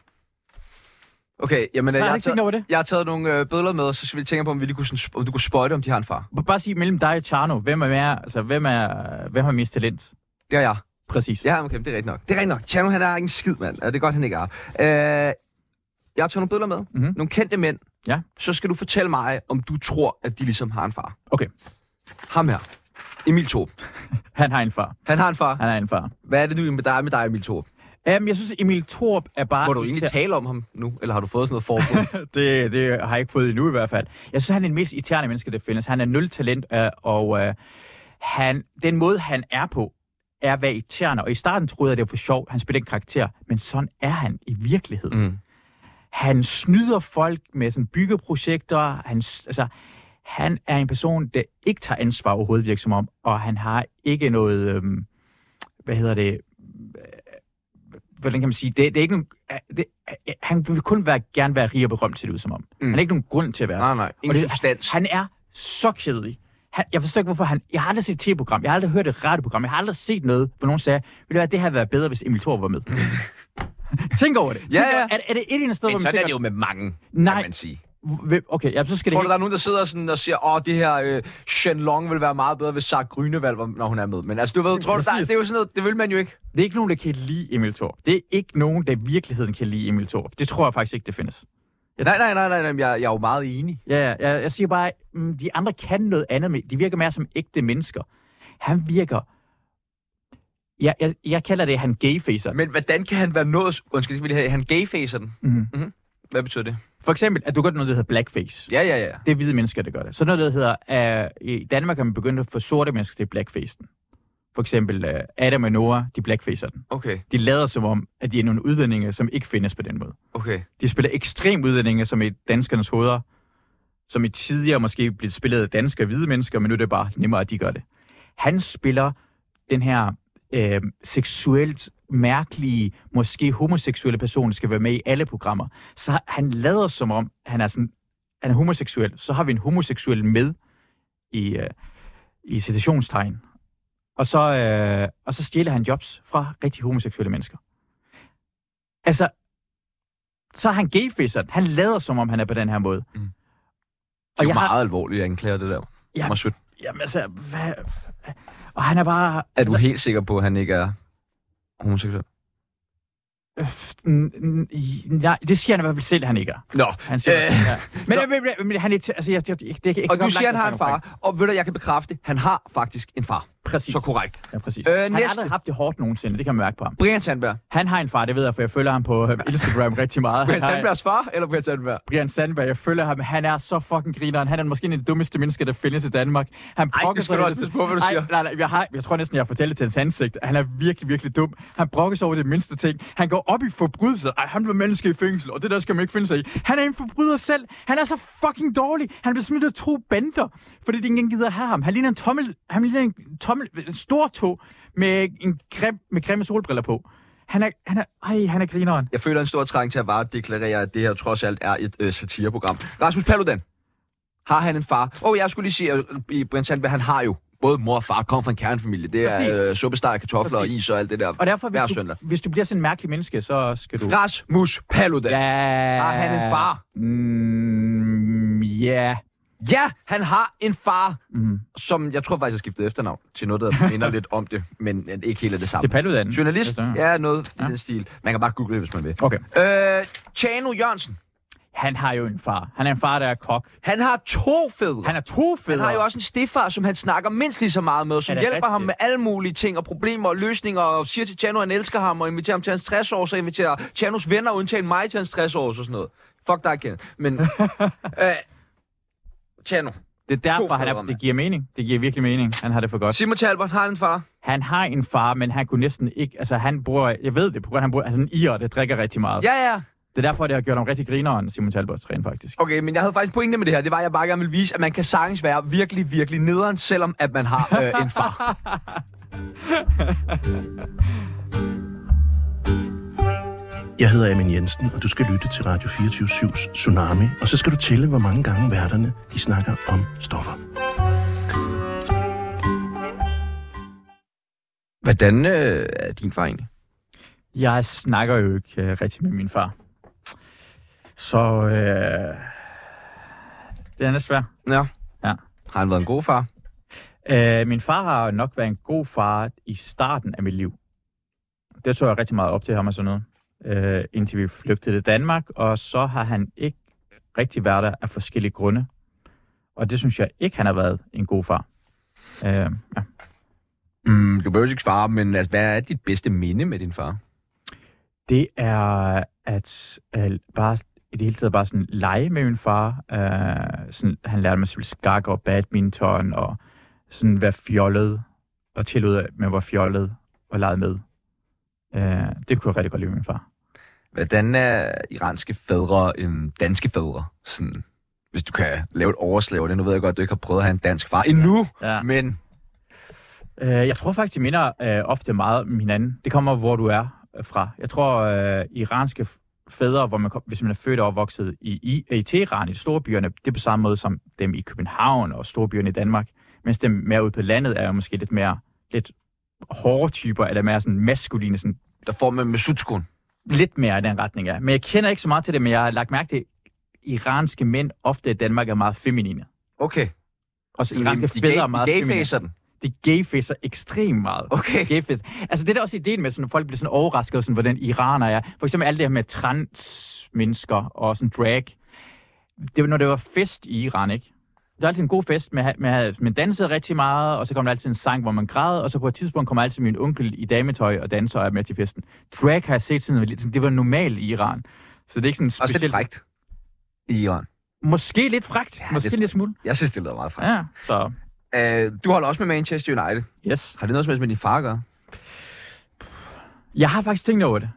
Okay, jamen, øh, Har jeg, du har ikke tænkt taget, over det? jeg har taget nogle øh, billeder med, og så skal vi tænke på, om, vi lige kunne, sådan sp- om du kunne spøjte, om de har en far. B- Bare sige mellem dig og Charno, hvem er mere, altså, hvem er, hvem har mest talent? Det er jeg. Præcis. Ja, okay, det er rigtigt nok. Det er rigtigt nok. Tjerno, han er ikke en skid, mand. Ja, Det er godt, han ikke er. Øh, jeg har taget nogle billeder med. Mm-hmm. Mhm. Nogle kendte mænd. Ja. Så skal du fortælle mig, om du tror, at de ligesom har en far. Okay, Ham her. Emil Thorup. han har en far. Han har en far. Han har en far. Hvad er det nu med dig, med dig Emil Thorup? Um, jeg synes, Emil Thorup er bare... Må du egentlig tale om ham nu? Eller har du fået sådan noget <laughs> forbud? det, det har jeg ikke fået endnu i hvert fald. Jeg synes, han er den mest irriterende menneske, der findes. Han er nul talent, øh, og øh, han, den måde, han er på, er at være irriterende. Og i starten troede jeg, det var for sjov. Han spiller en karakter, men sådan er han i virkeligheden. Mm. Han snyder folk med sådan byggeprojekter. Han, s- altså, han er en person, der ikke tager ansvar overhovedet, virker som om, og han har ikke noget... Øhm, hvad hedder det? øh, Hvordan kan man sige? Det, det er ikke nogen, øh, det, øh, han vil kun være, gerne være rig og berømt, ser det ud som om. Mm. Mm. Han har ikke nogen grund til at være nej, nej. og Ingen det- substans. han er så kedelig. Han, jeg forstår ikke, hvorfor han... Jeg har aldrig set et program Jeg har aldrig hørt et radioprogram. Jeg har aldrig set noget, hvor nogen sagde, vil det være, det havde været bedre, hvis Emil Thor <laughs> var med. Tænk over det. Tænk ja. Over, er, er, det et eller andet sted, hvor Men man sådan er tænker... det jo med mange, Nej. kan man sige. hvem- Okay, ja, så skal det Tror du, helt... der er nogen, der sidder sådan og siger, åh, det her øh, Shenlong vil være meget bedre, hvis Sark Grønevald, var- når hun er med. Men altså, du <laughs> ved, tror du, der, Præcis. det er jo sådan noget, det vil man jo ikke. Det er ikke nogen, der kan lide Emil Thor. Det er ikke nogen, der i virkeligheden kan lide Emil Thor. Det tror jeg faktisk ikke, det findes. Nej, nej, nej, nej, nej, jeg, jeg er jo meget enig. Ja, ja, jeg, jeg siger bare, mm, de andre kan noget andet. Med, de virker mere som ægte mennesker. Han virker... Jeg, jeg, jeg kalder det, han gayfacer. Men hvordan kan han være noget... Undskyld, jeg vil lige have, han gayfacer den. Mhm. Hvad betyder det? For eksempel, at du gør noget, der hedder blackface. Ja, ja, ja. Det er øh, hvide mennesker, der gør det. Så noget, der hedder, at i Danmark kan man begynde at få sorte mennesker til blackfacen. For For eksempel øh, Adam og Noah, de blackfacer den. Okay, De lader som om, at de er nogle udlændinge, som ikke findes på den måde. okay. De spiller ekstrem udlændinge, som i danskernes hoveder, som i tidligere måske blev spillet af danskere og hvide mennesker, men nu er det bare nemmere, at de gør det. Han spiller den her øh, seksuelt mærkelige, måske homoseksuelle person, der skal være med i alle programmer. Så han lader som om, han er, sådan, han er homoseksuel. Så har vi en homoseksuel med i, øh, i citationstegn. Og så, øh, og så stjæler han jobs fra rigtig homoseksuelle mennesker. Altså, så er han gayfisser. Han lader som om, han er på den her måde. Mm. Det er Og jo jeg har, meget alvorligt, jeg anklager det der. Ja. Meget sødt. jamen altså, hvad, og han er bare... altså- Er du helt sikker på, at han ikke er homoseksuel? Øh, n- n- i- nej, det siger han i hvert fald selv, han ikke er. Nå, Han siger, Øh. ja. men, men, men, men, han er... til- Altså, jeg, jeg, jeg, det, jeg, og du siger, han har en far, og ved du, jeg kan bekræfte, han har faktisk en far. Præcis. Så korrekt. Ja, præcis. Øh, Øh, han har næste. aldrig haft det hårdt nogensinde, det kan man mærke på ham. Brian Sandberg. Han har en far, det ved jeg, for jeg følger ham på øh, Instagram <laughs> rigtig meget. Brian Han har- Sandbergs far, eller Brian Sandberg? Brian Sandberg, jeg følger ham. Han er så fucking grineren. Han er måske en af de dummeste mennesker, der findes i Danmark. Han brokker det skal sig du over også passe på, hvad du Ej, siger. Nej, nej, jeg, har, jeg tror næsten, jeg har fortalt det til hans ansigt. Han er virkelig, virkelig dum. Han brokker sig over det mindste ting. Han går op i forbrydelser. Ej, han blev menneske i fængsel, og det der skal man ikke finde sig i. Han er en forbryder selv. Han er så fucking dårlig. Han blev smidt ud af to bander, fordi de ikke engang gider have ham. Han ligner en tommel, han ligner en tommel, en stor tog med en grim, med grimme solbriller på. Han er, han er, ej, han er grineren. Jeg føler en stor trang til at bare deklarere, at det her trods alt er et øh, satireprogram. Rasmus Paludan. Har han en far? Åh, oh, jeg skulle lige sige, at i Brian Sandberg, han har jo både mor og far, kommer fra en kernefamilie. Det Præcis. er øh, suppesteg, kartofler Præcis. og Præcis. is og alt det der. Og derfor, Hver hvis du, søndag. hvis du bliver sådan en mærkelig menneske, så skal du... Rasmus Paludan. Ja. Ja. Har han en far? Mm, ja. ja, han har en far, Mm. som jeg tror faktisk har skiftet efternavn til noget, der minder lidt om det, men øh, ikke helt er det Til samme. Paludan. Journalist? Ja. Ja, noget i den stil. Man kan bare google det, hvis man vil. Okay. Øh, Chano Jørgensen. Han har jo en far. Han er en far, der er kok. Han har to fædre. Han er to fædre. Han har jo også en stefar, som han snakker mindst lige så meget med, som Er det hjælper rigtigt? ham med alle mulige ting og problemer og løsninger, og siger til Tjano, han elsker ham, og inviterer ham til hans 60 år, så inviterer Tjanos venner, undtagen mig til hans 60 år, og sådan noget. Fuck dig, Kenneth. <laughs> Men, øh, Tjano. Det er derfor, to han er, fædre, det giver mening. Det giver virkelig mening. Han har det for godt. Simon Talbot har en far. Han har en far, men han kunne næsten ikke... Altså, han bruger... Jeg ved det, på grund af, han bruger... Altså, en ir, der drikker rigtig meget. Ja, ja. Det er derfor, det har gjort ham rigtig grineren, Simon Talbot, rent faktisk. Okay, men jeg havde faktisk en pointe med det her. Det var, at jeg bare gerne ville vise, at man kan sagtens være virkelig, virkelig nederen, selvom at man har øh, en <laughs> far. Jeg hedder Amin Jensen, og du skal lytte til Radio 24-7's Tsunami. Og så skal du tælle, hvor mange gange værterne de snakker om stoffer. Hvordan øh, er din far egentlig? Jeg snakker jo ikke øh, rigtig med min far. Så... Øh, det er næsten svært. Ja. Ja. Har han været en god far? Øh, min far har nok været en god far i starten af mit liv. Det tog jeg rigtig meget op til ham og sådan noget. Øh, indtil vi flygtede til Danmark, og så har han ikke rigtig været der af forskellige grunde. Og det synes jeg ikke, han har været en god far. Øh, ja. Mm, du behøver ikke svare, men altså, hvad er dit bedste minde med din far? Det er at øh, bare i det hele taget bare sådan lege med min far. Øh, sådan, han lærte mig at spille skak og badminton og sådan være fjollet og tillod, at man var fjollet og legede med. Øh, det kunne jeg rigtig godt lide med min far. Hvordan er iranske fædre end danske fædre? Sådan, hvis du kan lave et overslag over det. Nu ved jeg godt, at du ikke har prøvet at have en dansk far endnu, Ja. men Øh, jeg tror faktisk, de minder øh, ofte meget om hinanden. Det kommer, hvor du er øh, fra. Jeg tror, øh, iranske f- fædre, hvor man kom, hvis man er født og opvokset i, i, i Teheran, i storbyerne, det er på samme måde som dem i København og storbyerne i Danmark. Mens dem mere ude på landet er jo måske lidt mere lidt hårde typer, eller mere sådan maskuline, sådan der får man med sutskun. lidt mere i den retning er. Men jeg kender ikke så meget til det, men jeg har lagt mærke til, at iranske mænd ofte i Danmark er meget feminine. Okay. Også iranske de, fædre er de, meget de feminine. gayfacer den. De gayfacer ekstremt meget. Okay. Gayfest. Altså det er da også ideen med, at sådan, folk bliver sådan overrasket over, sådan, hvordan iraner er. For eksempel alt det her med transmennesker og sådan drag. Det var, når det var fest i Iran, ikke? Det var altid en god fest, men man, man dansede rigtig meget, og så kom der altid en sang, hvor man græd, og så på et tidspunkt kom altid min onkel i dametøj og danser og er med til festen. Drag har jeg set siden, jeg var lille. det var normalt i Iran. Så det er ikke sådan Også specielt... lidt frækt i Iran. Måske lidt frækt. Ja, måske lidt lidt smule. Jeg synes, det lyder meget frækt. Ja, så Øh, du holder også med Manchester United. Yes. Har det noget som helst med din far at gøre? Jeg har faktisk tænkt over det.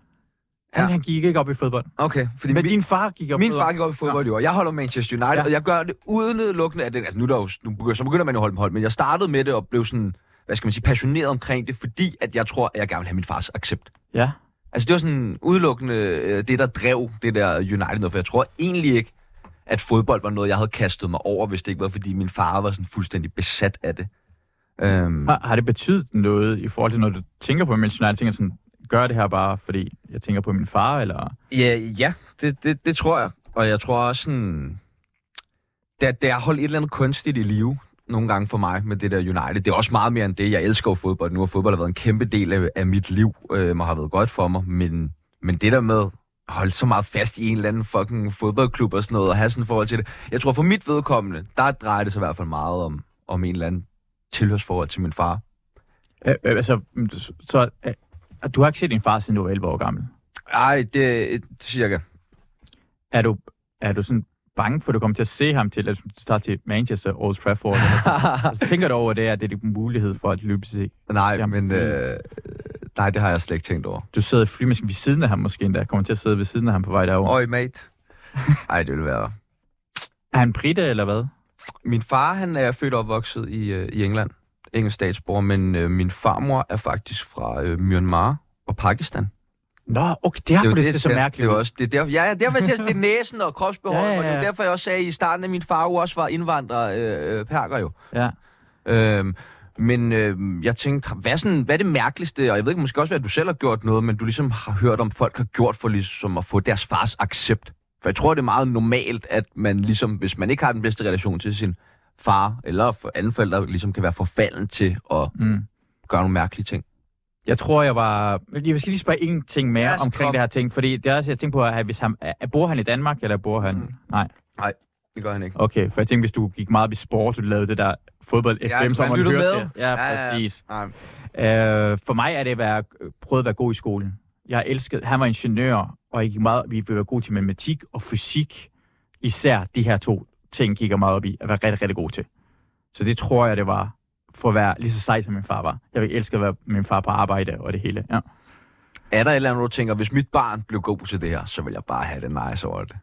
Ja. Han, ja. han gik ikke op i fodbold. Okay, fordi Men min- din far gik op i Min fodbold. far gik op i fodbold i år. Jeg holder Manchester United, ja. Ja. og jeg gør det udelukkende af den... Altså, nu, er der jo, nu begynder, så begynder man jo at holde med hold, men jeg startede med det og blev sådan, hvad skal man sige, passioneret omkring det, fordi at jeg tror, at jeg gerne vil have min fars accept. Ja. Altså, det var sådan udelukkende øh, det, der drev det der United noget, for jeg tror egentlig ikke, at fodbold var noget, jeg havde kastet mig over, hvis det ikke var, fordi min far var sådan fuldstændig besat af det. Øhm, Har, har det betydet noget i forhold til, når du tænker på Manchester United? Tænker sådan, gør jeg det her bare, fordi jeg tænker på min far, eller... Ja, ja det, det, det tror jeg. Og jeg tror også sådan... Det, er- det er at holde et eller andet kunstigt i live nogle gange for mig med det der United. Det er også meget mere end det. Jeg elsker jo fodbold. Nu har fodbold været en kæmpe del af, af mit liv, øh, og har været godt for mig. Men, men det der med at holde så meget fast i en eller anden fucking fodboldklub og sådan noget, og have sådan et forhold til det. Jeg tror for mit vedkommende, der drejer det sig i hvert fald meget om, om en eller anden tilhørsforhold til min far. Øh, øh, altså, mm, så- så, øh, du har ikke set din far, siden du var 11 år gammel. Ej, det er cirka. Er du, er du sådan bange for, at du kommer til at se ham til, at starte til Manchester, Old <laughs> Trafford? Eller, altså, tænker du over det, at det er din mulighed for at løbe til <laughs> Nej, Jamen, men øh, nej, det har jeg slet ikke tænkt over. Du sidder i flymaskinen ved siden af ham måske endda. Kommer til at sidde ved siden af ham på vej derover. Øj, mate. Ej, det ville være... Er han brite eller hvad? Min far, han er født og opvokset i, øh, i England. Engelsk statsborger, men øh, min farmor er faktisk fra øh, Myanmar og Pakistan. Nå, okay, det har jo det, det, det så der- mærkeligt. Ah, Det ud. er også, det er derfor, ja, ja, derfor jeg siger, det er næsen og kropsbeholderen, <laughs> ja, ja, ja. og det er ja. jo derfor, jeg også sagde i starten, at min far jo også var indvandrer, øh, øh, perker jo. Ja. Øhm, men øh, jeg tænkte, hvad er, sådan, hvad er det mærkeligste, og jeg ved ikke, måske også, hvad du selv har gjort noget, men du ligesom har hørt om, folk har gjort for ligesom at få deres fars accept. For jeg tror, det er meget normalt, at man ligesom, hvis man ikke har den bedste relation til sin far eller for anden forældre, ligesom kan være forfalden til at Mm. gøre nogle mærkelige ting. Jeg tror, jeg var... Jeg skal lige spørge en ting mere Ja, så omkring kom. det her ting, fordi det er også, jeg tænkte på, at hvis han, er, bor han i Danmark, eller bor han... Mm. Mm. Nej, Det gør han ikke. okay. For jeg tænkte, hvis du gik meget op i sport, og du lavede det der fodbold fm man så man lyttede hørte med. det. Ja, Ja, ja, ja. præcis. Nej. Øh, for mig er det at være, prøvet at være god i skolen. Jeg elskede... Han var ingeniør, og jeg gik meget op i at være god til matematik og fysik. Især de her to ting gik jeg meget op i at være rigtig, rigtig god til. Så det tror jeg, det var for at være lige så sej, som min far var. Jeg ville elske at være min far på arbejde og det hele. Ja. Er der et eller andet, du tænker, hvis mit barn blev god til det her, så vil jeg bare have det nice over det.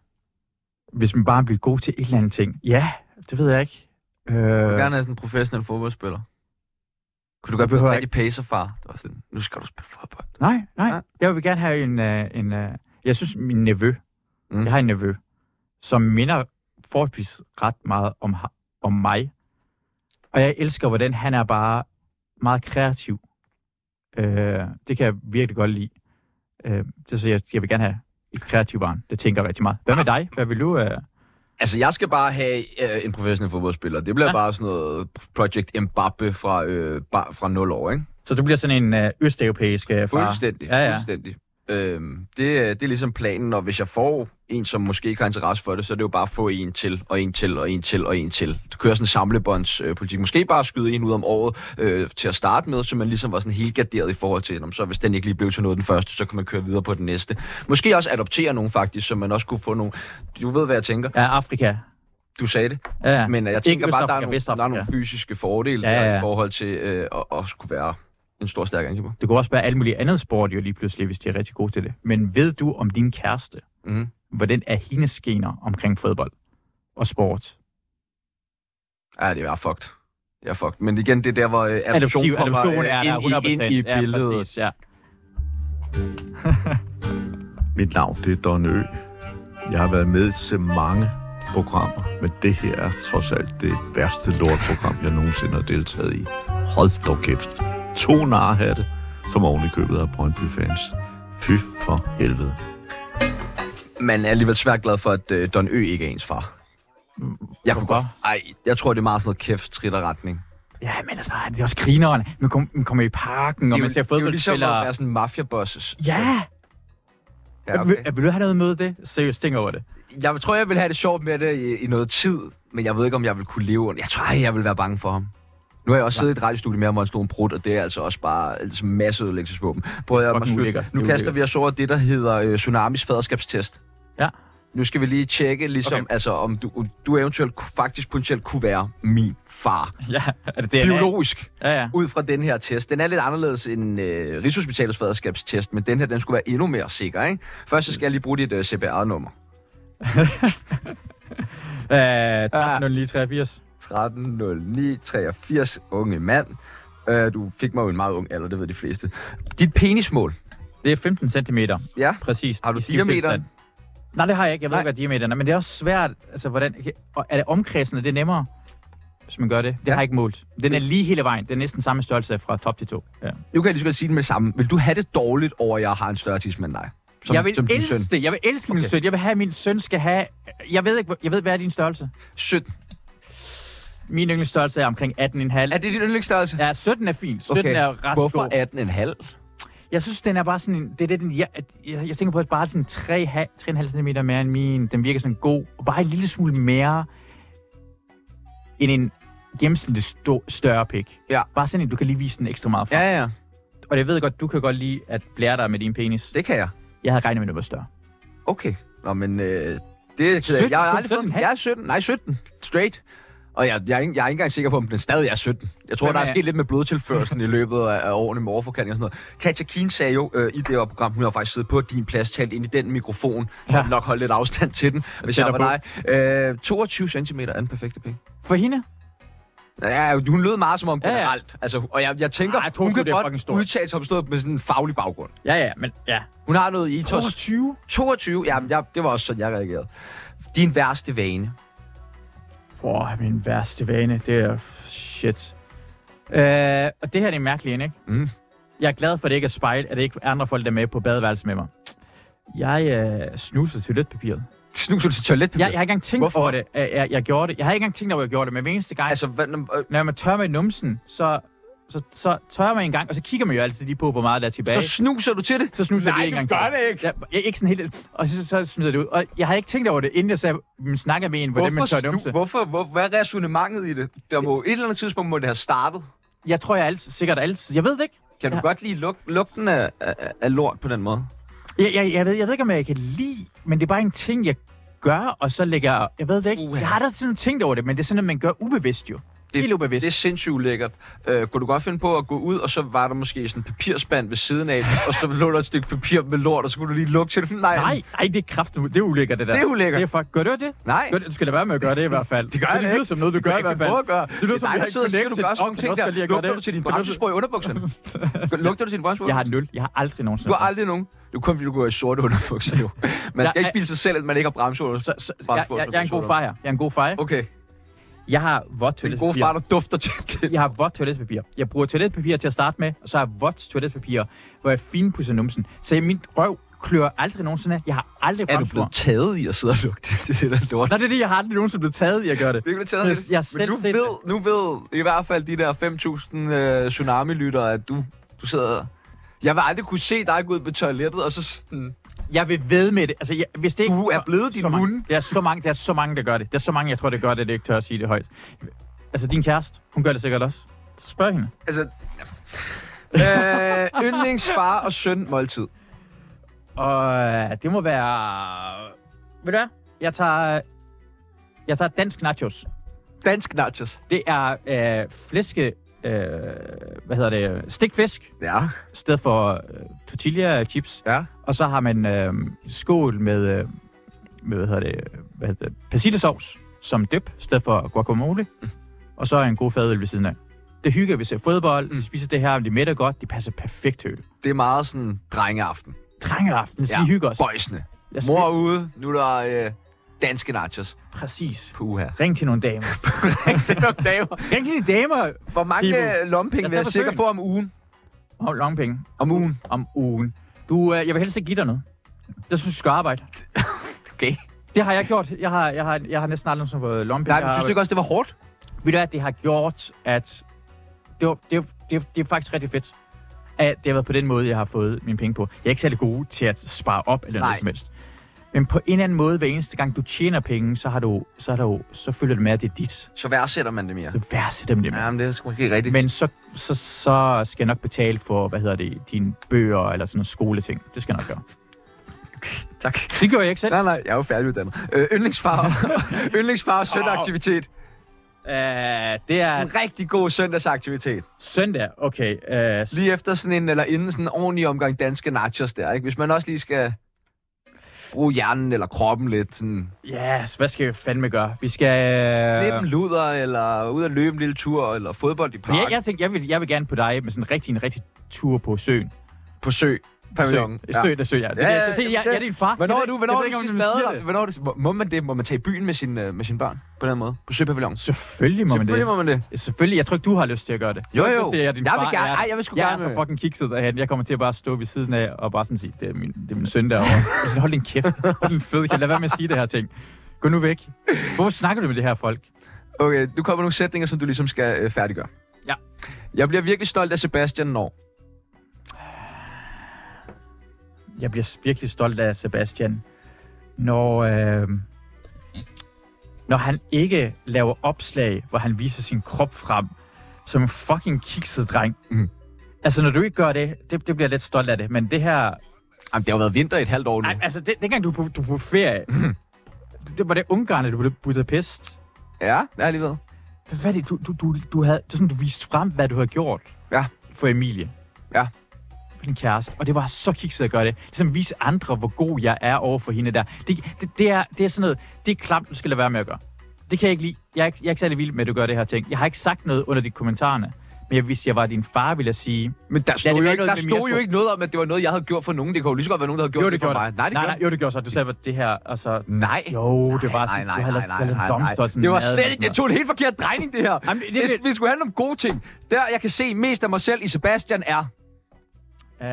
hvis man bare bliver god til et eller andet ting. Ja, det ved jeg ikke. Øh, Jeg vil gerne have sådan en professionel fodboldspiller. Kunne du Det godt blive sådan en behøver rigtig pacer, far? Det var sådan, nu skal du spille fodbold. nej, nej. Nej. Jeg vil gerne have en... Øh, en øh, jeg synes, min nevø... Mm. Mm. Jeg har en nevø, som minder forholdsvis ret meget om, ha- om mig. Og jeg elsker, hvordan han er bare meget kreativ. Øh, det kan jeg virkelig godt lide. Øh, det, så jeg, jeg vil gerne have et kreativt barn. Det tænker jeg rigtig meget. Hvad med dig? Hvad vil du... Øh, Altså, jeg skal bare have øh, en professionel fodboldspiller. Det bliver ja. Ja. bare sådan noget Project Mbappe fra, øh, bar, fra 0 år, ikke? så du bliver sådan en øh, østeuropæisk øh, far? Fuldstændig, Ja, ja. fuldstændig. Øhm, det, er- det er ligesom planen, og hvis jeg får en, som måske ikke har interesse for det, så er det jo bare at få en til, og en til, og en til, og en til. Det kører sådan en samlebåndspolitik. Øh, politik. Måske bare skyde en ud om året øh, til at starte med, så man ligesom var sådan helt garderet i forhold til, om så hvis den ikke lige blev til noget den første, så kan man køre videre på den næste. Måske også adoptere nogen faktisk, så man også kunne få nogle... Du ved, hvad jeg tænker. Ja, Afrika. Du sagde det. Ja, ja. Men jeg Ikke tænker bare, at der er, Østafrika, nogle, der er nogle Vestafrika. fysiske fordele ja, Ja, ja, ja, ja. ja. i forhold til øh, at også kunne være en stor stærk angriber. Det kunne også være alt muligt andet sport jo lige pludselig, hvis de er rigtig gode til det. Men ved du om din kæreste, Mm. hvordan er hendes gener omkring fodbold og sport? Ja, det er fucked. Det er fucked. Men igen, det er der, hvor øh, adoption Adoptiv- kommer adoption øh, er der ind, 100%. i, ind i Ja, billedet. præcis, ja. Mit navn det er Don Ø. Jeg har været med til mange programmer, men det her er trods alt det værste lortprogram, jeg nogensinde har deltaget i. Hold dog kæft. To narhatte, som oven i købet af Brøndby-fans. Fy for helvede. Man er alligevel svært glad for, at øh, Don Ø ikke er ens far. Jeg kunne godt... Hvorfor? Ej, jeg tror, det er meget sådan noget kæft, trit og retning. ja, men altså, det er også grineren. Man kom- man kommer i parken, og man ser det er jo ligesom at fodboldspillere. være sådan mafia-bosses. Ja! ja Vil, okay. vil du have noget med det? Seriøst, tænk over det. Jeg tror, jeg vil have det sjovt med det i, i noget tid, men jeg ved ikke, om jeg vil kunne leve under. Jeg tror, ej, jeg vil være bange for ham. Nu har jeg også siddet i et radiostudie med ham og en stor brud, og det er altså også bare altså, masse ødelæggelsesvåben. Prøv at Fucking Mads Lykke, ulækkert. Det Nu er kaster ulækkert. vi os over det, der hedder øh, Tsunamis faderskabstest. Ja. Nu skal vi lige tjekke, ligesom, okay. altså, om du, du eventuelt ku- faktisk potentielt kunne være min far. Ja, er det DNA? Biologisk, Ja, ja. ud fra den her test. Den er lidt anderledes end øh, Rigshospitalets faderskabstest, men den her, den skulle være endnu mere sikker, ikke? Først så skal jeg lige bruge dit øh, CPR-nummer. Øh, Ah. 130983. 130983, unge mand. Øh, du fik mig jo en meget ung alder, det ved de fleste. Dit penismål, Det er 15 cm, ja? præcis. Har du i stiv diameteren? tilstand. Nej, det har jeg ikke. Jeg ved Nej. ikke, hvad diameteren er, men det er også svært. Altså, hvordan, og er det omkredsen, er det nemmere, hvis man gør det? Det Ja. ja. har jeg ikke målt. Den er lige hele vejen. Den er næsten samme størrelse fra top til to. Ja. Nu kan jeg lige så godt sige det med det samme. Vil du have det dårligt over, at jeg har en større tidsmand end dig? Som, jeg vil som din elske søn. det. Jeg vil elske min Okay. søn. Jeg vil have, at min søn skal have... Jeg ved ikke, hvor- jeg ved, hvad er din størrelse? 17. Min yndlingsstørrelse er omkring 18,5. Er det din yndlingsstørrelse? Ja, 17 er fint. 17 okay. er ret Hvorfor god. 18,5? Jeg synes, den er bare sådan en, det er det, den, jeg, jeg, jeg tænker på, at bare sådan 3,5 cm mere end min, den virker sådan god, og bare en lille smule mere end en gennemsnitlig stå, større pik. Ja. Bare sådan en, du kan lige vise den ekstra meget fra. Ja, ja, ja. Og jeg ved godt, du kan godt lide at blære dig med din penis. Det kan jeg. Jeg havde regnet med, at det var større. Okay. Nå, men øh, det er 17, jeg. har kun aldrig fået den. 17,5. Jeg er 17. Nej, 17. Straight. Og jeg, jeg, er ikke, jeg er ikke engang sikker på, om den stadig er 17. Jeg tror, Hvem der er er- sket lidt med blodtilførselen i løbet af, af årene med overforkant og sådan noget. Katja Keen sagde jo øh, i det her program, hun har faktisk siddet på din plads, talt ind i den mikrofon. Ja. Ja. Jeg nok holdt lidt afstand til den, hvis jeg var Tættere dig. Øh, 22 cm er den perfekte pik. For hende? Ja, hun lød meget som om Ja, ja. generelt. Altså, og jeg, jeg tænker, Ej, Ej, jeg tror, hun du, kan det er fucking godt stort. udtale sig om stået med sådan en faglig baggrund. Ja, ja, men ja. Hun har noget i tos. 22? 22, jamen jeg, det var også sådan, jeg reagerede. Din værste vane. Åh, min værste vane, det er shit. Øh, og det her det er mærkeligt, ikke? Mm. Jeg er glad for, at det ikke er spejl, at det ikke er andre folk, der er med på badeværelset med mig. Jeg øh, snusede toiletpapiret. Snuser du til toiletpapir? Jeg, jeg har ikke engang tænkt Hvorfor? Hvorfor? over det, at jeg, jeg gjorde det. Jeg har ikke engang tænkt over, at jeg gjorde det, men hver eneste gang, altså, Altså, hvad, øh, når man tørrer med numsen, så, så, så tørrer man en gang, og så kigger man jo altid lige på, hvor meget der er tilbage. så snuser du til det? så snuser Nej, jeg lige en du gang. gør til. det ikke. Ja, jeg, ikke sådan helt, og så, så smider jeg det ud. Og jeg har ikke tænkt over det, inden jeg sagde, men snakker med en, hvordan man Hvorfor, tørrer snu, numse. hvorfor hvor, hvad er resonemanget i det? Der må, et eller andet tidspunkt må det have startet. Jeg tror, jeg altid, sikkert altid, jeg ved det ikke. Kan du Ja. godt lide lug, lugten af, af, af lort på den måde? Jeg, jeg, jeg, ved, jeg ved ikke, om jeg kan lide, men det er bare en ting, jeg gør, og så lægger jeg... Jeg ved det ikke. Uha. Jeg har da sådan tænkt over det, men det er sådan, at man gør ubevidst jo. Det, Helt ubevidst. Det er sindssygt lækkert. Øh, kunne du godt finde på at gå ud, og så var der måske sådan en papirspand ved siden af, og så lå der et stykke papir med lort, og så kunne du lige lugte til det? Nej, Nej, nej, det er kraft, det er ulækkert, det der. Det er ulækkert. Det er fuck. Gør du det? Nej. Gør, det- du skal da være med at gøre det i hvert fald. Det gør jeg det ikke. lyder som noget, du gør i hvert fald. Prøv at gøre. Det lyder som, dig, jeg der ikke sidder og siger, du connected. gør sådan Åh, nogle ting kan også der. godt lide at gøre Lugter det. du til din Kan også- bremsespor i underbukserne? <laughs> Lugter du til din bremsespor? Jeg har nul. Jeg har aldrig nogensinde. Du har aldrig nogen. Du kun fordi du går i sorte underbukser, jo. Man skal Jeg- ikke bilde sig selv, at man ikke har bremsespor. Så, så, jeg, jeg, jeg, er en god far, jeg. Jeg er en god far. jeg. Okay, Jeg har vådt den gode toiletpapir. far, der dufter til det. Jeg har vådt toiletpapir. Jeg bruger toiletpapir til at starte med, og så har jeg vådt toiletpapir, hvor jeg finpudser numsen. Så jeg- min røv klør aldrig nogensinde af. Jeg har aldrig Er du bremsespor. blevet taget i at sidde og lugte <laughs> til det der lort? Nå, det er det, jeg har aldrig nogensinde blevet taget i at gøre det. Det er ikke taget Jeg- af det. jeg har Men selv nu set ved, nu ved i hvert fald de der 5.000 øh, tsunami-lyttere, at du, du sidder... Jeg vil aldrig kunne se dig gå ud på toilettet, og så sådan... Jeg vil ved med det. Altså, jeg, hvis det ikke, Du er blevet din så mange, hund. Det er så mange, der er så mange, der gør det. Der er så mange, jeg tror, der gør det, det ikke tør at sige det højt. Altså, din kæreste, hun gør det sikkert også. Så spørg hende. Altså... Øh, yndlingsfar og søn måltid. Og øh, det må være... Ved du hvad? Jeg tager, jeg tager dansk nachos. Dansk nachos. Det er øh, flæske... Øh, hvad hedder det? Stikfisk. Ja. I stedet for øh, tortilla chips. Ja. Og så har man øh, skål med, øh, med hvad hedder det, hvad hedder det, persillesovs som dip, i stedet for guacamole. Mm. Og så en god fadøl ved siden af. Det hygger, vi ser fodbold, Mm. vi spiser det her, de mætter godt, de passer perfekt til øl. Det er meget sådan drengeaften. Drengeaften, så Ja. vi hygger os. Bøjsene. Lad os Mor er ude, nu er der øh, danske nachos. Præcis. Puha. <laughs> Ring til nogle <laughs> damer. Ring til de damer Hvor mange People. øh, lommepenge Jeg vil jeg står på sikkert søen. få om ugen? om lange penge Om ugen. om ugen. Du, øh, jeg vil helst ikke give dig noget. Jeg synes, du skal arbejde. Okay. Det har jeg gjort. Jeg har, jeg har, jeg har næsten aldrig nogensinde fået lommepenge. Nej, Jeg men har synes du arbejdet- ikke også, det var hårdt? Ved du hvad, det har gjort, at det, var, det, var, det, var, det er faktisk rigtig fedt, at det har været på den måde, jeg har fået mine penge på. Jeg er ikke særlig god til at spare op eller Nej. noget som helst. Men på en eller anden måde, hver eneste gang du tjener penge, så, har du, så, har du, så følger det med, at det er dit. Så værdsætter man det mere. Så værse dem det med. Jamen, det er sgu ikke rigtigt. Men så, så, så skal jeg nok betale for, hvad hedder det, dine bøger eller sådan nogle skoleting. Det skal jeg nok gøre. Tak. Det gør jeg ikke selv. <laughs> Nej, nej, jeg er jo færdiguddannet. Øh, <laughs> yndlingsfar, yndlingsfar og søndagsaktivitet. Uh, det er En rigtig god søndagsaktivitet. søndag. Okay. Uh, Lige efter sådan en, eller inden sådan en ordentlig omgang danske nachos der, ikke? Hvis man også lige skal bruge hjernen eller kroppen lidt. Sådan. yes, hvad skal vi fandme gøre? Vi skal... Lidt en luder, eller ud at løbe en lille tur, eller fodbold i Men parken. jeg, jeg tænkte, jeg vil, jeg vil gerne på dig med sådan en rigtig, en rigtig tur på søen. På sø. Pavillon. Sø, sø, der sø, ja. Det, ja, Ja, ja, ja, jeg, jeg, jeg, jeg er din far. Hvornår er Jeg ved- du, jeg hvornår ved er ikke, du om sidst man siger lavet det. dig? Hvornår er du, må- må man det? Må man tage i byen med, sin, øh, med sine børn på den måde? På søpavillon? Selvfølgelig må man det. Selvfølgelig må man det. Selvfølgelig. Jeg tror ikke, du har lyst til at gøre det. Jo, Du har ikke jo. Lyst til, at jeg, er din Jeg vil far. gerne- er- Ej, jeg vil sgu jeg gerne- er så fucking kikset derhen. Jeg kommer til at bare stå ved siden af og bare sådan sige, det er min, det er min <laughs> søn derovre. Jeg skal holde din kæft. Hold din fede kæft. Lad være med at sige det her ting. Gå nu væk. Hvorfor snakker du med det her folk? Okay, du kommer nogle sætninger, som du ligesom skal øh, færdiggøre. Ja. Jeg bliver virkelig stolt af Sebastian når. Jeg bliver virkelig stolt af Sebastian, når, øh, når han ikke laver opslag, hvor han viser sin krop frem som en fucking kikset dreng. Mhm. Altså, når du ikke gør det, det, det bliver jeg lidt stolt af det. Men det her... Jamen, det har jo været vinter i et halvt år nu. Ej, altså, det, dengang du, var på- du var på ferie, det, det var det Ungarn, du var i Budapest. Ja, jeg har lige ved. Hvad var det? Du, du, du, du, havde, det var sådan, du viste frem, hvad du havde gjort Ja. for Emilie. Ja. For din kæreste. Og det var så kikset at gøre det. Ligesom at vise andre, hvor god jeg er over for hende der. Det, det, det, er, det er sådan noget, det er klamt, du skal lade være med at gøre. Det kan jeg ikke lide. Jeg er ikke, jeg er ikke særlig vild med, at du gør det her ting. Jeg har ikke sagt noget under de kommentarerne. Men jeg, hvis jeg var din far, ville jeg sige... Men der stod, det jo, var ikke, noget der med mere stod jo tro. ikke noget om, at det var noget, jeg havde gjort for nogen. Det kunne jo lige så godt være nogen, der havde gjort det, for mig. Nej, det nej, gjorde nej, jo, det gjorde så. Du sagde, at det her, og så... Nej. Jo, det nej, var sådan, nej, du havde nej, lavet- nej, du havde nej, lavet blomster nej. til Det var mad og slet sådan ikke, noget. det tog en helt forkert drejning, det her. Jamen, det- det- Hvis vi skulle handle om gode ting. Der, jeg kan se mest af mig selv i Sebastian, er... Øh,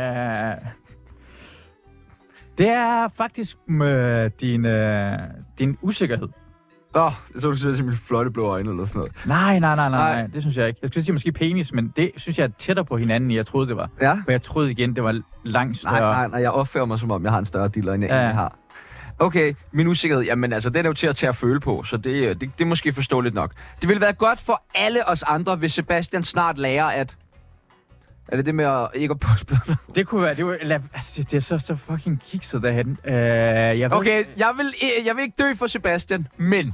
det er faktisk med din, øh, din usikkerhed. Åh, oh, så du siger mine flotte blå øjne eller sådan noget. Nej, nej, nej, nej, Nej. nej, det synes jeg ikke. Jeg skulle sige måske penis, men det synes jeg er tættere på hinanden, end jeg troede, det var. Ja. For jeg troede igen, det var langt Nej, større. nej, nej, jeg opfører mig, som om jeg har en større dealer, end jeg Ja. egentlig har. Okay, min usikkerhed, jamen altså, den er jo til at tage at føle på, så det, øh, det, det er måske forståeligt nok. Det ville være godt for alle os andre, hvis Sebastian snart lærer, at... Er det det med at ikke at påspille? Det kunne være, det var, lad, altså, det er så, så fucking kikset derhen. Øh, jeg ved, Okay, jeg vil, øh, jeg vil ikke dø for Sebastian, men...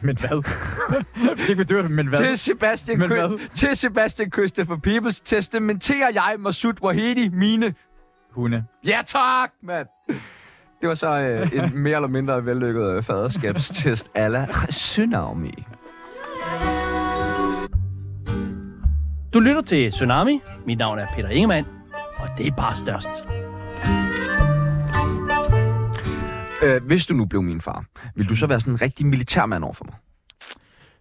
Men hvad? <laughs> Hvis ikke vi dør, men hvad? Til Sebastian, Men Kø- hvad? til Sebastian Christopher Peoples testamenterer jeg Masud Wahedi mine... Hunde. Ja tak, mand! Det var så øh, en mere eller mindre vellykket øh, faderskabstest alla Tsunami. Du lytter til Tsunami. Mit navn er Peter Ingemann, og det er bare størst. Øh, hvis du nu blev min far, vil du så være sådan en rigtig militærmand over for mig?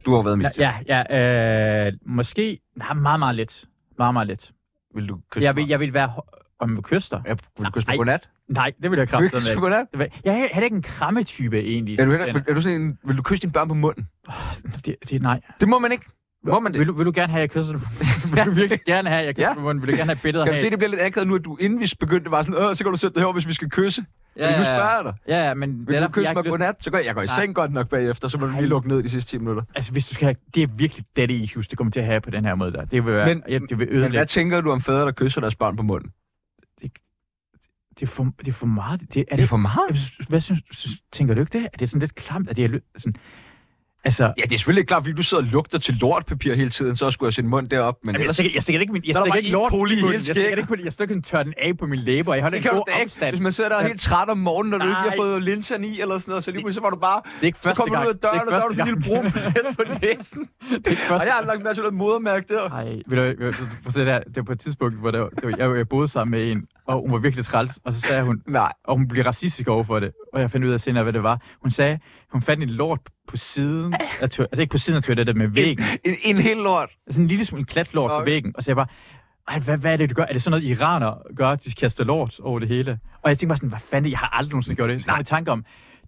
Du har jo været Ja, militær. ja, ja øh, måske nej, meget, meget lidt. Meget, meget lidt. Vil du kysse Jeg vil, mig? jeg vil være ho- om kyster. Ja, vil du kysse mig Nej. godnat? Nej, det vil jeg Vil du kraftigt kysse mig med. godnat? Jeg er heller ikke en krammetype, egentlig. Er du, heller, vil, er du sådan en, vil du kysse dine børn på munden? det, det er nej. Det må man ikke. Må man det? Vil du, vil du gerne have, at jeg kysser dig? <laughs> vil du virkelig gerne have, at jeg kysser Ja. dig på munden? Vil du gerne have billeder Kan af? du se, det bliver lidt akavet nu, at du inden vi begyndte var sådan, øh, så kan du sætte dig herover, hvis vi skal kysse. Ja, Ja, men nu ja, ja. spørger jeg dig. Ja, ja, men Vil det er du derfor, jeg kysse har mig ikke lyst- godnat? Så går jeg, jeg går i Nej. seng godt nok bagefter, så må du Nej. lige lukke ned de sidste 10 minutter. Altså, hvis du skal have... Det er virkelig daddy issues, det kommer til at have på den her måde der. Det vil være... Men- Men, ja, det vil Men ødelægge. hvad tænker du om fædre, der kysser deres børn på munden? Det, er for, det er for meget. Det, er Er det for meget? Jeg synes- Hvad synes, synes, tænker du ikke det? Er det sådan lidt klamt, at det er lø- sådan... Altså... Ja, det er selvfølgelig ikke klart, fordi du sidder og lugter til lortpapir hele tiden, så skulle jeg sætte mund derop. Men Jamen, jeg ellers- stikker, jeg stikker ikke min... Jeg Så er der stikker bare én ikke lort i pole i hele munden. Jeg stikker skægget. ikke, jeg stikker ikke tørre den af på min læber. og Jeg holder Det en kan du god da ikke. afstand. Hvis man sidder der Ja. helt træt om morgenen, og du ikke lige har Nej. fået linserne i eller sådan noget, så lige pludselig så var du bare... Det er ikke Så første kommer du gang. ud af døren, og så har du sådan en lille brun <laughs> plet på næsen. Det er ikke Og første jeg har lagt en masse lidt modermærke der. Ej, ved du, ved du, prøv at se der, det var på et tidspunkt, hvor der, det var, jeg, jeg boede sammen med en, og hun var virkelig træls, og så sagde hun, Nej. og hun blev racistisk overfor det, og jeg fandt ud af senere, hvad det var. Hun sagde, hun fandt en lort på siden af tø- altså ikke på siden af toilettet, men væggen. En, en hel lort. Altså en lille smule en klat lort på Okay. væggen, og så jeg bare, ej, hvad, hvad er det, du gør? Er det sådan noget, iraner gør, de kaster lort over det hele? Og jeg tænkte bare sådan, hvad fanden, jeg har aldrig nogensinde gjort det. Så kom jeg i tanke om,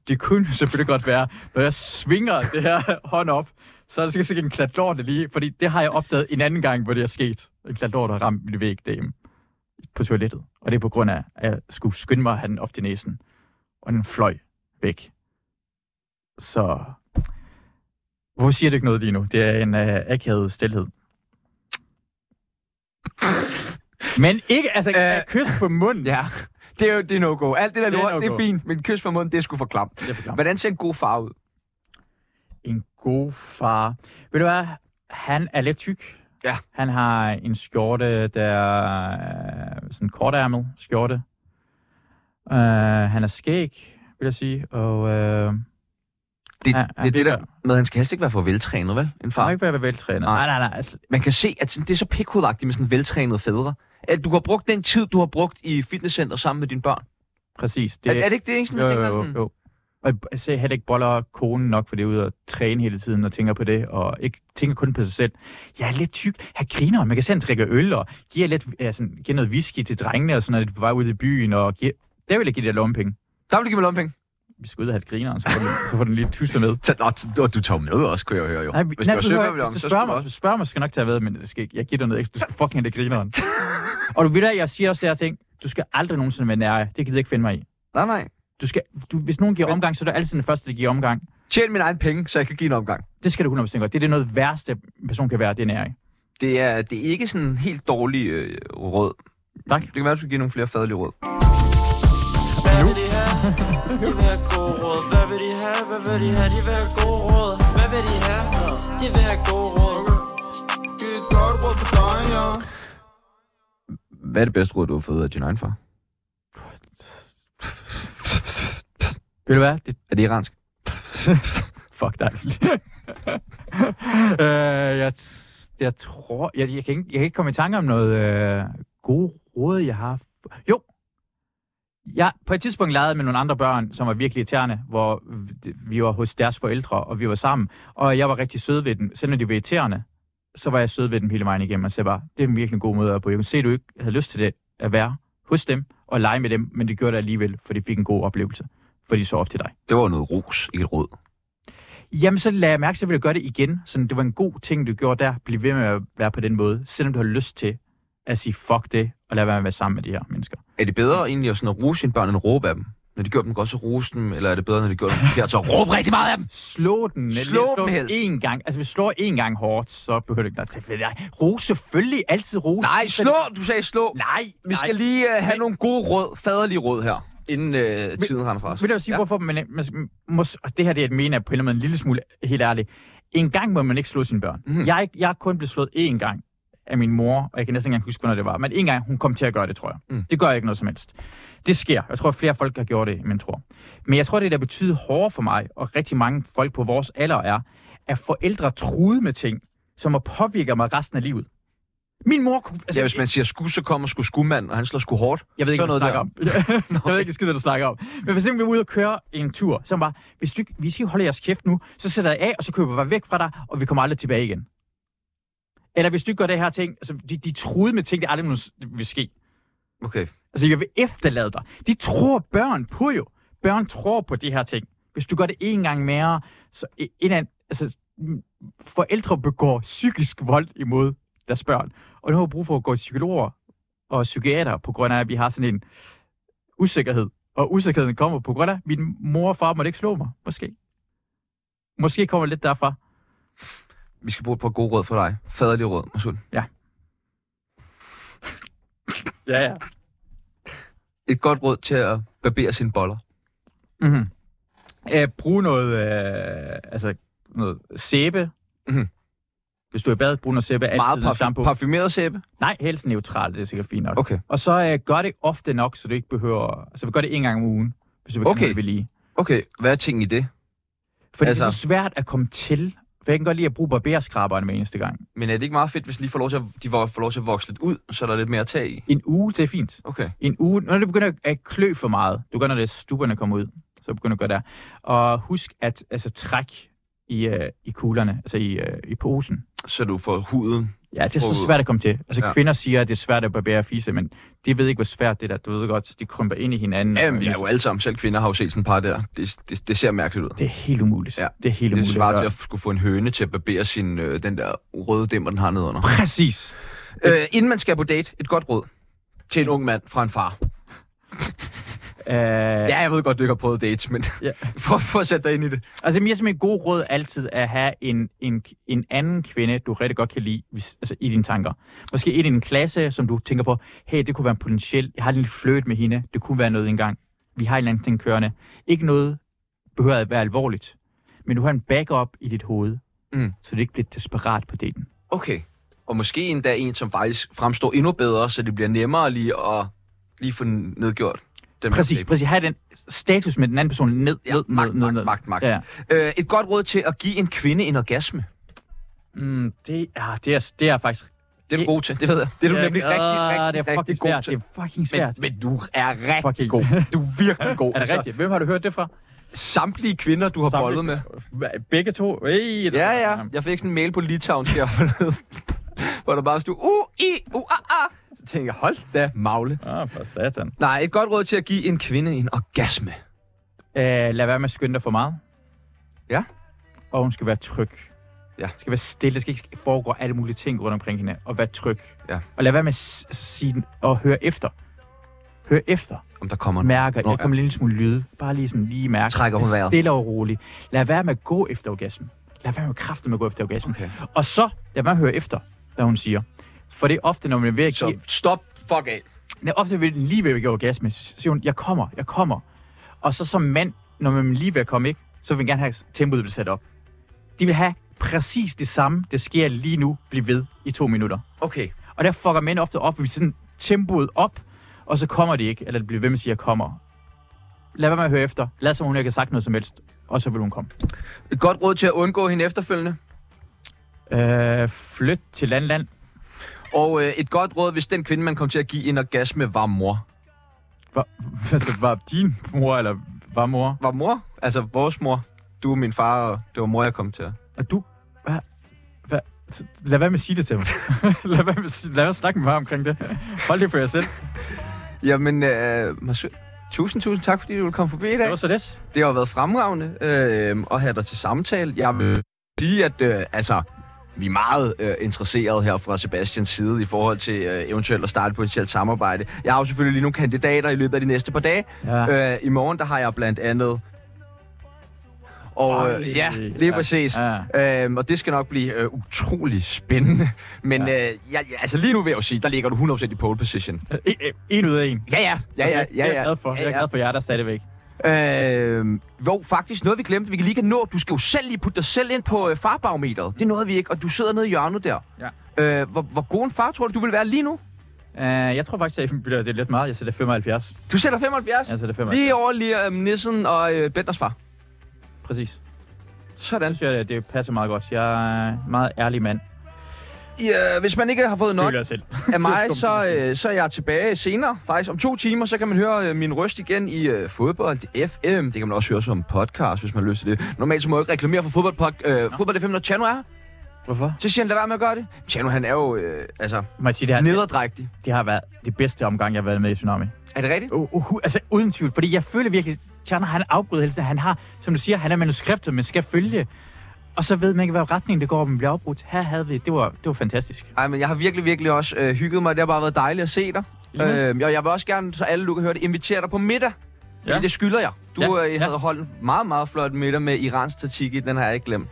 det kunne jo selvfølgelig godt være, når jeg svinger det her <laughs> hånd op, så er der sikkert sikkert en klat lort lige, fordi det har jeg opdaget en anden gang, hvor det er sket. En klat lort har ramt min væg derhjemme på toilettet. Og det er på grund af, at jeg skulle skynde mig at have den op til næsen. Og den fløj væk. Så... Hvorfor siger du ikke noget lige nu? Det er en øh, akavet stilhed. Men ikke, altså, Øh. øh, altså, kys på munden. Ja. Det er jo det er no-go. Alt det der Det er lort, det er, no-go. fint, men kys på munden, det er sgu for klamt. Det er for klamt. Hvordan ser en god far ud? En god far. Ved du hvad? Han er lidt tyk. Ja. Han har en skjorte, der er øh, sådan en kortærmet skjorte. Uh, han er skæg, vil jeg sige. Og uh, Det, Ja, ja, ja, det er det det der gør- med, at han skal helst ikke være for veltrænet, vel? En han må far. ikke være veltrænet. Nej. Nej, nej, nej. Altså, Man kan se, at sådan, det er så pikhovedagtigt med sådan veltrænede fædre. At du har brugt den tid, du har brugt i fitnesscenter sammen med dine børn. præcis. Det... Er, er, det ikke det, ikke? Sådan, man jo, tænker jo, sådan? jo, jo. Og jeg ser heller ikke boller konen nok, for det er ude og træne hele tiden og tænker på det, og ikke tænker kun på sig selv. Jeg er lidt tyk. Jeg griner, man kan selv drikke øl og giver, lidt, altså, giver noget whisky til drengene og sådan noget, når de er på vej ud i byen. Og giver... Der vil jeg give det der lommepenge. Der vil du give mig lommepenge. Vi skal ud og have et grineren, så får den, så får den lige tusse med. Så, nå, så- du, du tager jo med også, kunne jeg høre jo. Nej, Hvis det var om, søvnbevillon, så så spørger skulle mig, også. spørger mig, skal jeg nok tage ved, men det skal ikke. Jeg giver dig noget ekstra. Du skal fucking have det <laughs> grineren. og du ved da, jeg siger også der ting, du skal aldrig nogensinde være nær. Det kan jeg ikke finde mig i. Nej, nej. Du skal, du, hvis nogen giver omgang, så er du altid den første, der giver omgang. Tjen min egen penge, så jeg kan give en omgang. Det skal du 100% godt. Det er det noget værste, en person kan være, det er næring. Det er, det er ikke sådan helt dårlige øh, råd. Tak. Det kan være, du skal give nogle flere fadelige råd. Hvad vil de have? De vil have gode råd. Hvad vil de have? Hvad vil de have? De vil have gode råd. Hvad vil de have? De vil have gode råd. Giv et godt råd til dig, ja. Hvad er det bedste råd, du har fået af din egen far? Ved du hvad? Det, Er det iransk? fuck dig. <laughs> øh, jeg, jeg tror... Jeg, jeg, kan ikke, jeg kan ikke komme i tanke om noget øh, gode råd, jeg har... Jo! Jeg på et tidspunkt legede med nogle andre børn, som var virkelig irriterende, hvor vi var hos deres forældre, og vi var sammen. Og jeg var rigtig sød ved dem. Selvom de var irriterende, så var jeg sød ved dem hele vejen igennem, og sagde bare, det er en virkelig en god måde at være på. Jeg kunne se, at du ikke havde lyst til det at være hos dem og lege med dem, men det gjorde det alligevel, for de fik en god oplevelse, for de så op til dig. Det var jo noget ros, ikke et råd. Jamen, så lagde jeg mærke til, at jeg ville gøre det igen. Så det var en god ting, du gjorde der. Bliv ved med at være på den måde, selvom du har lyst til at sige fuck det, og lade være med at være sammen med de her mennesker. Er det bedre egentlig at, sådan at rose sine børn, end at råbe af dem? Når de gør dem godt, så rose dem, eller er det bedre, når de gør dem forkert, så råb rigtig meget af dem? Slå den. eller Slå slå dem den helst. én gang. Altså, hvis du slår én gang hårdt, så behøver du ikke... Nej, det ved jeg. Rose, selvfølgelig. Altid rose. Nej, slå! Du sagde slå! Nej, Vi skal lige uh, have nogle gode råd, faderlige råd her, inden uh, tiden render fra os. Vil du sige, Ja. ja. hvorfor man, man, mås, og det her det er et mene er på en eller anden måde en lille smule, helt ærligt. En gang må man ikke slå sine børn. Mhm. Mm. Jeg, er ikke- jeg er kun blevet slået én gang af min mor, og jeg kan næsten ikke engang huske, hvornår det var. Men en gang, hun kom til at gøre det, tror jeg. Mm. Mm. Det gør jeg ikke noget som helst. Det sker. Jeg tror, flere folk har gjort det, men tror. Men jeg tror, det der betyder hårdere for mig, og rigtig mange folk på vores alder er, at forældre truede med ting, som har påvirket mig resten af livet. Min mor kunne... Altså, ja, hvis man siger sku, så kommer sku skumand, og han slår sku hårdt. Jeg ved ikke, Sådan hvad du noget snakker om. <laughs> jeg ved ikke skid, hvad du snakker om. Men for eksempel, vi var ude og køre en tur, som var, hvis du ikke, vi skal holde jeres kæft nu, så sætter jeg af, og så køber jeg bare væk fra dig, og vi kommer aldrig tilbage igen. Eller hvis du ikke gør det her ting, altså, de, de troede med ting, der aldrig nogensinde vil ske. Okay. Altså, jeg vil efterlade dig. De tror børn på jo. Børn tror på de her ting. Hvis du gør det en gang mere, så e- en af, altså, m- forældre begår psykisk vold imod deres børn. Og nu har vi brug for at gå til psykologer og psykiater, på grund af, at vi har sådan en usikkerhed. Og usikkerheden kommer på grund af, at min mor og far måtte ikke slå mig. Måske. Måske kommer det lidt derfra. Vi skal bruge et par gode råd for dig. Faderlige råd, Masul. Ja, ja. Et godt råd til at barbere sine boller. Mm-hmm. Æh, brug noget, øh, altså noget sæbe. Mhm. Mm-hmm. Hvis du er i bad, brug noget sæbe. Altid Meget noget parfum- shampoo. parfumeret sæbe. Nej, helst neutralt, det er sikkert fint nok. Okay. Okay. Og så øh, gør det ofte nok, så du ikke behøver... Så vi gør det en gang om ugen, hvis du vil Okay. okay. det ved lige. Okay, hvad er ting i det? For altså... det er Altså- så svært at komme til. For jeg kan godt lide at bruge barberskraberen hver eneste gang. Men er det ikke meget fedt, hvis de lige får lov til at, de får får lov til at vokse lidt ud, så er der lidt mere at tage i? En uge, det er fint. Okay. En uge, når det begynder at klø for meget, du gør, når det stuberne kommer ud, så begynder du at gøre der. Og husk at altså, træk i, øh, i kuglerne, altså i, øh, i posen. Så du får huden. Ja, det er Prøv så ud. svært at komme til. Altså, Ja. ja. kvinder siger, at det er svært at barbere fise, men de ved ikke, hvor svært det er. Du ved godt, de krymper ind i hinanden. og Jamen, vi sådan er jo alle sammen. Selv kvinder har jo set sådan et par der. Det, det, det ser mærkeligt ud. noget. Det er helt umuligt. Ja. Ja. Det er helt Det umuligt. svarer til gøre. at skulle få en høne til at barbere sin, øh, den der røde dæmmer, den har nede <laughs> under. Præcis. Øh, inden man skal på date, et godt råd til en ung mand fra en far. Øh, ja. Ja, jeg ved godt, du ikke har prøvet dates, men Ja. ja. <laughs> prøv, prøv at sætte dig ind i det. Altså, jeg synes, min gode råd altid er at have en, en, en anden kvinde, du rigtig godt kan lide hvis, altså, i dine tanker. Måske en i din klasse, som du tænker på, hey, det kunne være en potentiel, jeg har lige fløjt med hende, det kunne være noget engang. Vi har en eller anden ting kørende. Ikke noget behøver at være alvorligt, men du har en backup i dit hoved, Mm. så du ikke bliver desperat på daten. Okay. Og måske endda en, som faktisk fremstår endnu bedre, så det bliver nemmere lige at lige få den nedgjort. Den man Præcis, fik. præcis. Have den status med den anden person ned, Ja, ned, magt, ned, ned, ned. magt, magt, magt. Ja. Øh, et godt råd til at give en kvinde en orgasme. Mm, det, er, det, er, det er faktisk... Det er du Det- god til, det ved jeg. Det er du Ja, nemlig ah, rigtig, rigtig, det rigtig er fucking god svært. til. Det er fucking Men, svært. men du er rigtig Fucking. god. Du er virkelig god. <laughs> Altså, Er det rigtigt? Hvem har du hørt det fra? Samtlige kvinder, du har bollet med. med. Begge to? Hey, der- Ja, ja. Jeg fik sådan en mail på Litauen her <laughs> forleden, hvor der bare stod, u i u a a Så tænkte jeg, hold da, magle. Ah, for satan. Nej, et godt råd til at give en kvinde en orgasme. Øh, lad være med at skynde dig for meget. Ja. Og hun skal være tryg. Ja. Skal være stille. Der skal ikke foregå alle mulige ting rundt omkring hende. Og være tryg. Ja. Og lad være med at s- altså, sige og høre efter. Hør efter. Om der kommer noget. Mærker. Nå, Der kommer en lille smule lyde. Bare lige sådan lige mærke. Trækker hun Vær vejret. Stille og roligt. Lad være med at gå efter orgasmen. Lad være med kraften med at gå efter orgasmen. Okay. Og så lad være med at høre efter, hvad hun siger. For det er ofte, når man er ved at give... Så stop, fuck af. Men ofte vil den lige ved at give orgasme, så siger hun, jeg kommer, jeg kommer. Og så som mand, når man lige ved at komme, ikke, så vil man gerne have at tempoet bliver sat op. De vil have præcis det samme, det sker lige nu, blive ved i to minutter. Okay. Og der fucker mænd ofte op, vi sådan tempoet op, og så kommer de ikke, eller det bliver ved med at sige, jeg kommer. Lad være med at høre efter. Lad som om hun ikke har sagt noget som helst, og så vil hun komme. Et godt råd til at undgå hende efterfølgende. Øh, flyt til land, land. <laughs> Og øh, et godt råd, hvis den kvinde, man kom til at give en orgasme, var mor. Var, altså, var din mor, eller var mor? Var mor? Altså vores mor. Du er min far, og det var mor, jeg kom til. Og du, hvad, hvad, så lad være med at sige det til mig. <laughs> lad være med at sige- lad være med at snakke med mig omkring det. Hold det for jer selv. Jamen, øh, Marcel, tusind, tusind tak, fordi du ville komme forbi i Det dag. var så det. Det har været fremragende øh, at have dig til samtale. Jeg vil sige, at øh, altså, vi er meget øh, interesserede her fra Sebastians side i forhold til øh, eventuelt at starte potentielt samarbejde. Jeg har jo selvfølgelig lige nogle kandidater i løbet af de næste par dage. Ja. Øh, I morgen der har jeg blandt andet... Og Ej. øh, ja, lige Ja. præcis. Ja. Øhm, og det skal nok blive øh, utrolig spændende. Men ja. øh, jeg, altså lige nu vil jeg jo sige, der ligger du 100% i pole position. En, en ud af en. Ja, ja. Ja, ja, Det er ja, Jeg ja. er glad for. Jeg Ja, er ja. glad for jer, der er stadigvæk. Øh, jo, faktisk noget, vi glemte, vi kan lige kan nå. Du skal jo selv lige putte dig selv ind på øh, farbarometeret. Det nåede vi ikke, og du sidder nede i hjørnet der. Ja. Øh, hvor, hvor god en far tror du, du vil være lige nu? Uh, jeg tror faktisk, at jeg bytter det lidt meget. Jeg sætter 75. Du sætter 75. Jeg sætter 75. Lige over lige øh, Nissen og øh, Bentners far. Præcis. Sådan. Det synes jeg, det passer meget godt. Jeg er en meget ærlig mand. Ja, hvis man ikke har fået Det nok vil jeg selv. <laughs> af mig, så, øh, så er jeg tilbage senere. Faktisk om to timer, så kan man høre øh, min røst igen i øh, fodbold FM. Det kan man også høre som podcast, hvis man har lyst til det. Normalt så må jeg ikke reklamere for fodbold, pod- øh, fodbold FM, når Tjano er her. Hvorfor? Så siger han, lad være med at gøre det. Tjano, han er jo øh, altså, Må jeg sige, det, her, nederdrægtig. det har været det bedste omgang, jeg har været med i Tsunami. Er det rigtigt? Uh, uh, uh, altså uden tvivl, fordi jeg føler virkelig, Tjerner, han afbryder hele tiden. Han har, som du siger, han er manuskriptet, men skal følge. Og så ved man ikke, hvad retning det går, om man bliver afbrudt. Her havde vi det. Det var, det var fantastisk. Ej, men jeg har virkelig, virkelig også øh, hygget mig. Det har bare været dejligt at se dig. Ja. Øh, og jeg vil også gerne, så alle du kan høre det, invitere dig på middag. Ja. Ja. Fordi det skylder jeg. Du Ja, ja. øh, ja. havde holdt en meget, meget flot middag med iransk tatiki. Den har jeg ikke glemt.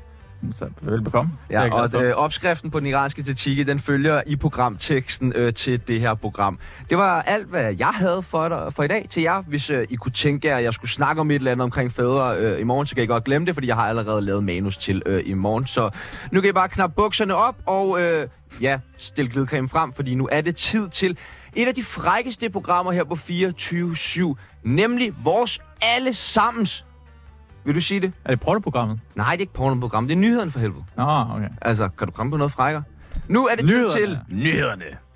Så velbekomme. Det er jeg Ja, glad og for. øh, opskriften på den iranske tatiki, den følger i programteksten øh, til det her program. Det var alt, hvad jeg havde for, dig, for i dag til jer. Hvis øh, I kunne tænke jer, at jeg skulle snakke om et eller andet omkring fædre øh, i morgen, så kan I godt glemme det, fordi jeg har allerede lavet manus til øh, i morgen. Så nu kan I bare knappe bukserne op og øh, ja, stille glidecreme frem, fordi nu er det tid til et af de frækkeste programmer her på 24-7, nemlig vores allesammens. Vil du sige det? Er det portoprogrammet? Nej, det er ikke pornoprogram. Det er nyhederne for helvede. Nå, okay. Altså, kan du komme på noget frækker? Nu er det tid Nyhederne. til nyhederne.